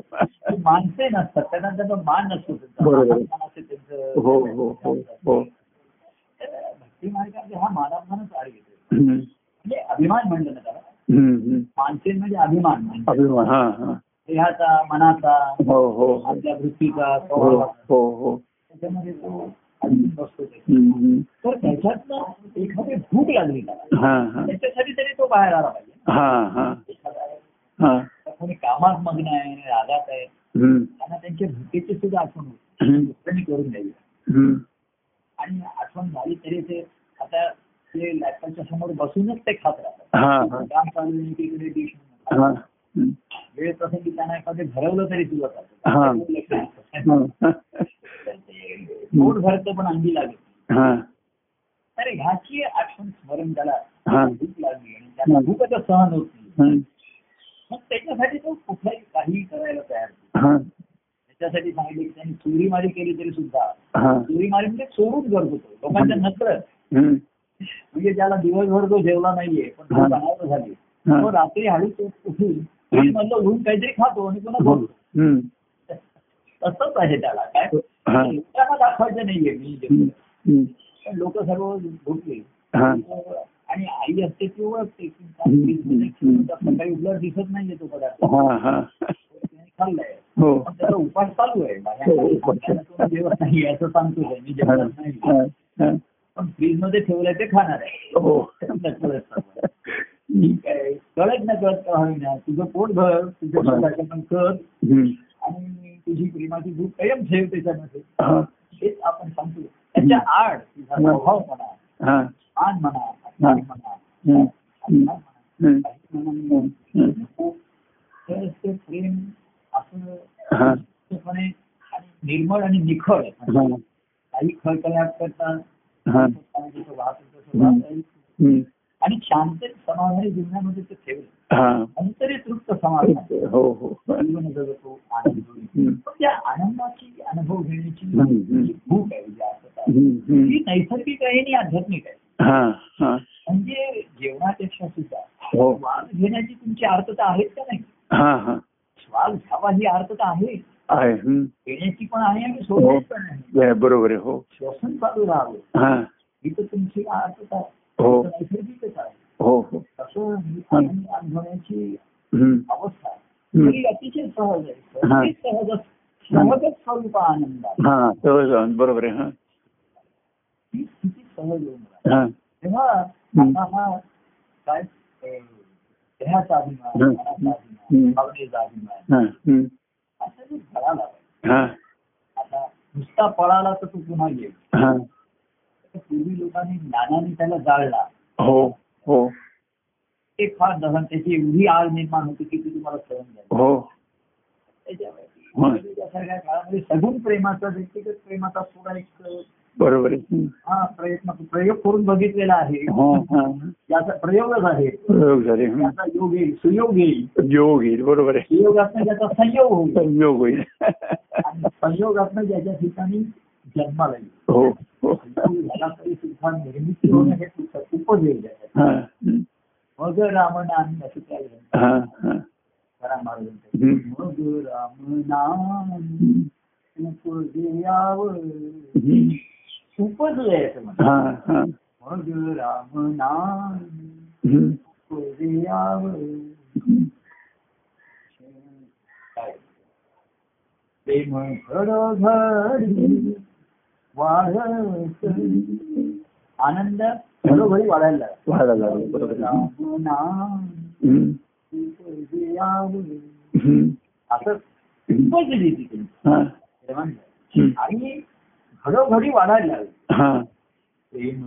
A: मानसेन असतात त्यांना त्यांचा मान नसतो
B: बरोबर.
A: मानापण असते त्यांचं.
B: हो हो हो हो
A: तर भक्ती मार्गामध्ये हा मानापमानच आड घेतो
B: हम्म.
A: म्हणजे अभिमान म्हणलं ना त्याला
B: हम्म, हम्म.
A: मानसेन म्हणजे अभिमान म्हणजे
B: अभिमान हा हा
A: देहाचा मनाचा
B: हो हो हो.
A: आपल्या वृत्तीचा
B: हो
A: स्वभावाचा
B: हो हो
A: त्याच्यामध्ये तो अडकून बसतो त्याच्यात.
B: हम्म, हम्म.
A: तर त्याच्यातनं एखादी भूक लागली त्याला
B: हा हा
A: त्याच्यासाठी तरी तो बाहेर आला पाहिजे
B: हा हा
A: एखादा आहे.
B: हा
A: तर कोणी कामात मग्न आहे रागात आहे
B: हम्म,
A: त्यांना त्यांच्या भूकेची सुद्धा आठवण होती
B: हम्म,
A: दुसऱ्यांनी करून द्यावी
B: हम्म.
A: आणि आठवण झाली तरी ते आता ते लॅपटॉपच्या समोर बसूनच ते खात राहतात
B: हा हा
A: काम चालू आहे एकीकडे डिश
B: हा हम्म.
A: वेळ प्रसंगी त्यांना एखादं भरवलं तरी तुला
B: हा.
A: चालतं लक्ष नसतं.
B: हा
A: तर ते पोट भरतं पण अंगी लागत नाही.
B: हा
A: तर ह्याची आठवण स्मरण त्याला
B: हा.
A: भूक लागली आणि त्याला भूक आता सहन होत नाही
B: हम्म,
A: मग त्याच्यासाठी तो कुठलाही काही करायला तयार नाही.
B: हा
A: त्याच्यासाठी सांगितलं की त्यांनी चोरीमारी केली तरी सुद्धा
B: हा
A: चोरीमारी म्हणजे चोरून करत होतो लोकांच्या नकळत
B: हम्म,
A: म्हणजे ज्याला दिवसभर तो जेवला नाहीये पण
B: हा.
A: तो बनावट झाली
B: हा.
A: तो रात्री हळू तो उठून फ्रीज मधलं उघडून काहीतरी खातो आणि पुन्हा
B: हो,
A: झोपतो.
B: हम्म,
A: तसंच आहे त्याला काय
B: हा.
A: लोकांना दाखवायचं नाहीये मी
B: हम्म,
A: जेवलो.
B: हम्म.
A: पण लोक सर्व झोपले
B: हा
A: आणि आई असते ती ओळखते की
B: हम्म.
A: फ्रीजमध्ये
B: हम्म. हो.
A: सकाळी उठल्यावर दिसत नाहीये तो पदार्थ
B: हा हा
A: त्याने खाल्लाय
B: हो
A: पण त्याचा उपास चालू आहे
B: हो, उपास.
A: माझ्या तो जेवत नाही असं सांगतो तो. मी
B: हा,
A: जेवत नाही
B: हा, हा.
A: पण फ्रीज मध्ये ठेवलंय ते खाणार आहे
B: हो
A: नकळत सर्व. ठीक आहे कळत ना कळत का होईना तुझं पोट भर तुझ्या
B: हो.
A: स्वतःचं पण कर
B: हम्म,
A: आणि तुझी प्रेमाची भूक कायम ठेव त्याच्यामध्ये
B: हा
A: हेच आपण सांगतो त्याच्या आड तुझा
B: हम्म.
A: स्वभाव म्हणा
B: हा
A: मान म्हणा अभिमान म्हणा
B: हम्म, हम्म,
A: अभिमान
B: हम्म,
A: म्हणा, अभिमान म्हणा.
B: हम्म, हम्म.
A: तर ते प्रेम असं
B: हा
A: निश्चितपणे आणि निर्मळ आणि निखळ आहे.
B: हा
A: काही खळखळाट करतात
B: हा
A: जसं वाहत होतं तसं वाहत आहे.
B: हम्म,
A: आणि शांत समाधानी जीवनामध्ये ते ठेवलं
B: हा
A: अंतरी तृप्त समाधान आहे.
B: हो हो
A: जीवन जगतो आनंद होईल.
B: हम्म,
A: पण त्या आनंदाची अनुभव घेण्याची
B: हम्म, हम्म.
A: जी भूक आहे जी आसक्ता आहे,
B: हम्म, हम्म.
A: ती नैसर्गिक आहे आणि आध्यात्मिक आहे
B: हा हा
A: म्हणजे जेवणापेक्षा सुद्धा
B: हो.
A: श्वास घेण्याची तुमची आर्थता आहे का नाही
B: हा हा
A: श्वास घ्यावा ही आर्थता आहे
B: आहे हम्म.
A: घेण्याची पण आहे आणि सोडण्याची पण आहे
B: बे- बरोबर आहे हो
A: श्वसन चालू राहावं
B: हा
A: ही तर तुमची आर्थता आहे.
B: हो.
A: तर नैसर्गिकच आहे
B: हो हो
A: तसं ही आनंद अनुभवण्याची
B: हम्म,
A: अवस्था
B: हम्म.
A: ही अतिशय सहज आहे
B: हा.
A: सहज सहज सहजच स्वरूप आनंद आहे.
B: हा सहज आहे. बरोबर आहे हा
A: ही स्थिती सहज होऊन राहते.
B: हा
A: तेव्हा आता हा काय अं, देहाचा अभिमान
B: हम्म.
A: मनाचा
B: हम्म.
A: अभिमान भावनेचा अभिमान
B: हा हम्म,
A: असं जे घडायला
B: हा
A: आता नुसता पळाला तर तो पुन्हा येईल
B: हा
A: तर पूर्वी लोकांनी ज्ञानाने त्याला जाळला
B: हो हो
A: ते फार दहन त्याची एवढी आळ निर्माण होती की ती तुम्हाला सहन झाली
B: हो
A: त्याच्यामुळे त्यासारख्या काळामध्ये सगुण प्रेमाचा व्यक्तिगत प्रेमाचा सुद्धा एक अं,
B: बरोबर आहे हम्म.
A: हा प्रयत्न प्रयोग करून बघितलेला आहे
B: हा हा
A: याचा प्रयोगच आहे
B: प्रयोग हो. झाले हम्म.
A: त्याचा योग येईल सुयोग येईल
B: योग येईल बरोबर आहे
A: सुयोग असणं त्याचा संयोग होईल
B: योग होईल
A: आणि संयोग असणं ज्याच्या ठिकाणी जन्माला येईल
B: हो हो
A: तो झाला तरी सुद्धा निर्मिती होणं हे खूप खूपच वेगळं आहे
B: हा हं.
A: मग रामनामी असं त्या ग्रंथात
B: हा हा
A: तुकाराम महाराजांचं.
B: हं.
A: मग रामनाम
B: हं.
A: उपजयावं
B: हं.
A: उपजयाचं म्हणजे.
B: हा हा
A: मग रामनाम
B: हं.
A: उपजयावं
B: हं.
A: प्रेम घडोघडी वाढत आनंद घडोघडी वाढायला लागला.
B: व्हायला लागलं बरोबर आहे.
A: रामनाम
B: हं.
A: उपजयावं.
B: हं.
A: असं
B: हं.
A: उपजली तिथे
B: हा
A: सर्वांना.
B: हं.
A: आणि घडोघडी वाढायला लागली
B: हा
A: प्रेम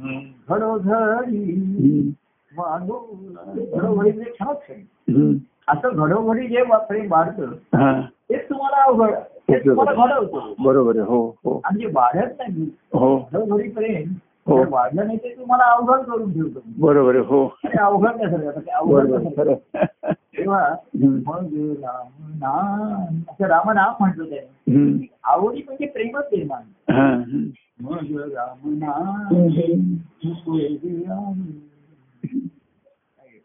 A: घडोघडी
B: हं.
A: वाढो घडोघडी म्हणजे क्षणक्षणी
B: हं.
A: असं घडोघडी जे वा- प्रेम वाढतं
B: हा
A: तेच तुम्हाला अवघड तेच तुम्हाला घडवतो
B: बरोबर आहे हो हो
A: आणि जे वाढत नाही
B: हो
A: घडोघडी प्रेम
B: हो.
A: जर वाढलं नाही ते तुम्हाला अवघड करून ठेवतो
B: बरोबर आहे हो
A: अरे अवघड नाही सर आता ते अवघड
B: बरोबर आहे,
A: कसं?
B: खरं आहे.
A: तेव्हा
B: हं.
A: मग रामनाम असं रामनाम म्हणतो त्याने
B: हं.
A: आवडी म्हणजे प्रेमच निर्माण
B: हा, हं.
A: मग रामनाम
B: हं.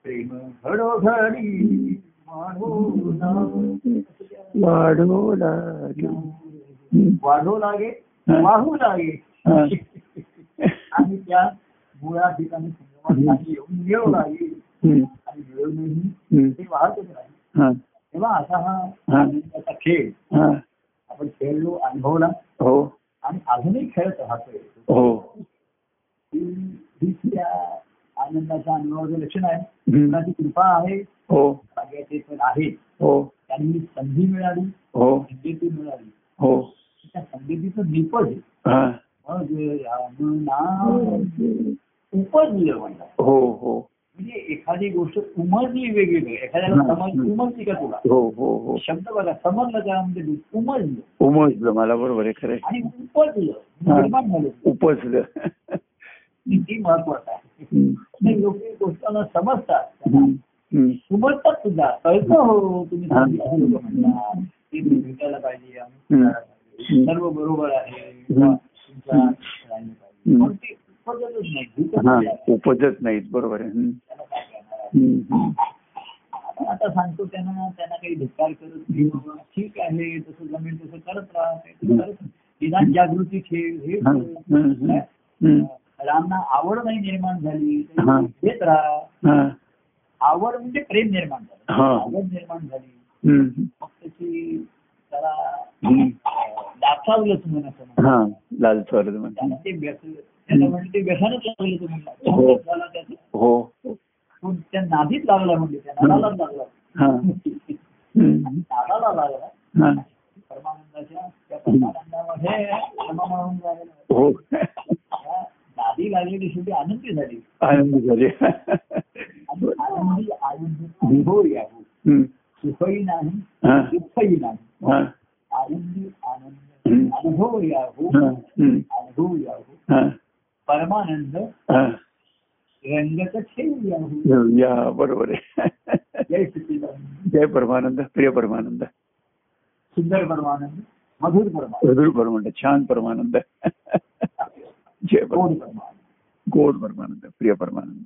A: प्रेम घडोघडी वाढो
B: हम्म.
A: लागे.
B: वाढो लागली हं.
A: वाढो लागे
B: हम्म.
A: वाहू लागे
B: हा. हम्म.
A: आणि त्या मुळा ठिकाणी संगमात नाही येऊन मिळव लागे
B: हं.
A: आणि मिळवूनही
B: हं.
A: ते वाहतच राहील
B: हा,
A: तेव्हा असा हा
B: हा.
A: आनंदाचा खेळ
B: हा.
A: आपण खेळलो अनुभवला
B: हो
A: आणि अजूनही खेळत राहतोय
B: हो
A: ही- हीच त्या आनंदाच्या अनुभवाचं लक्षण आहे
B: हं.
A: कुणाची कृपा आहे
B: हो
A: भाग्याचे पण आहे
B: हो
A: त्यांनी संधी मिळाली
B: हो
A: संगीती मिळाली
B: हो
A: त्या संगीतीचं निपज
B: हा
A: मग रामनाम उपजलं म्हणलं
B: हो हो
A: म्हणजे एखादी गोष्ट उमजली वेगवेगळी एखाद्याला
B: हा.
A: समज उमजली का तुला
B: हो हो हो
A: शब्द बघा समजलं का म्हणजे उमजलं
B: उमजलं मला बरोबर आहे खरं आहे.
A: आणि उपजलं
B: हा.
A: निर्माण झालं
B: उपजलं
A: किती महत्वाचं आहे
B: हं.
A: नाही, लोक ही गोष्टांना समजतात त्यांना
B: हं. हं.
A: उमजतात सुद्धा कळतं हो तुम्ही
B: हा.
A: सांगितलं लोक म्हणतात ते तुम्ही भेटायला पाहिजे आम्ही
B: हम्म.
A: करायला पाहिजे. सर्व बरोबर आहे
B: हम्म.
A: तुमच्या राहिलं पाहिजे.
B: हम्म.
A: पण ते उपजतच नाही भूकच
B: हा
A: नाही.
B: उपजत नाहीत बरोबर आहे हं.
A: त्याला काय करणार आहे?
B: हं.
A: आपण आता सांगतो त्यांना त्यांना काही धिक्कार करत नाही बाबा ठीक आहे तसं जमेल तसं करत राहा काहीतरी करत राहा. निदान जागृती खेळ हे
B: हं. हं.
A: खेळ.
B: हं. हं.
A: रामना आवड नाही निर्माण झाली
B: हा.
A: घेत राहा
B: हा.
A: आवड म्हणजे प्रेम निर्माण झालं
B: हा.
A: आवड निर्माण झाली
B: हं.
A: मग त्याची त्याला
B: हं.
A: दाखवलंच म्हणून असं म्हणतात.
B: हा लाल स्वर्ग म्हणजे
A: त्याला ते व्यसन त्याला म्हणजे ते व्यसनच लागलं तू
B: हो.
A: म्हणला त्याला त्याचं
B: हो
A: तो त्या नादीच लागला म्हणजे त्या नादाला लागला
B: हा
A: आणि
B: हं.
A: नादाला लागला
B: हा.
A: परमानंदाच्या त्या परमानंदामध्ये परमानंद झालेला.
B: हो
A: त्या नादी लागलेली शेवटी आनंदी झाली
B: आनंद झाले
A: आणि आनंदी आनंदी अनुभव यावं
B: हं.
A: सुखही नाही
B: हा.
A: दुःखही नाही
B: हा.
A: आनंदी आनंद अनुभव यावो
B: हा. हं.
A: अनुभव यावो
B: हा.
A: परमानंद
B: हा.
A: रंगत ठेवू यावो
B: या बरोबर आहे
A: जय सच्चिदानंद
B: जय परमानंद प्रिय परमानंद
A: सुंदर परमानंद मधुर परमानंद
B: मधुर परमानंद छान परमानंद जय परमानंद
A: गोड परमानंद
B: गोड परमानंद प्रिय परमानंद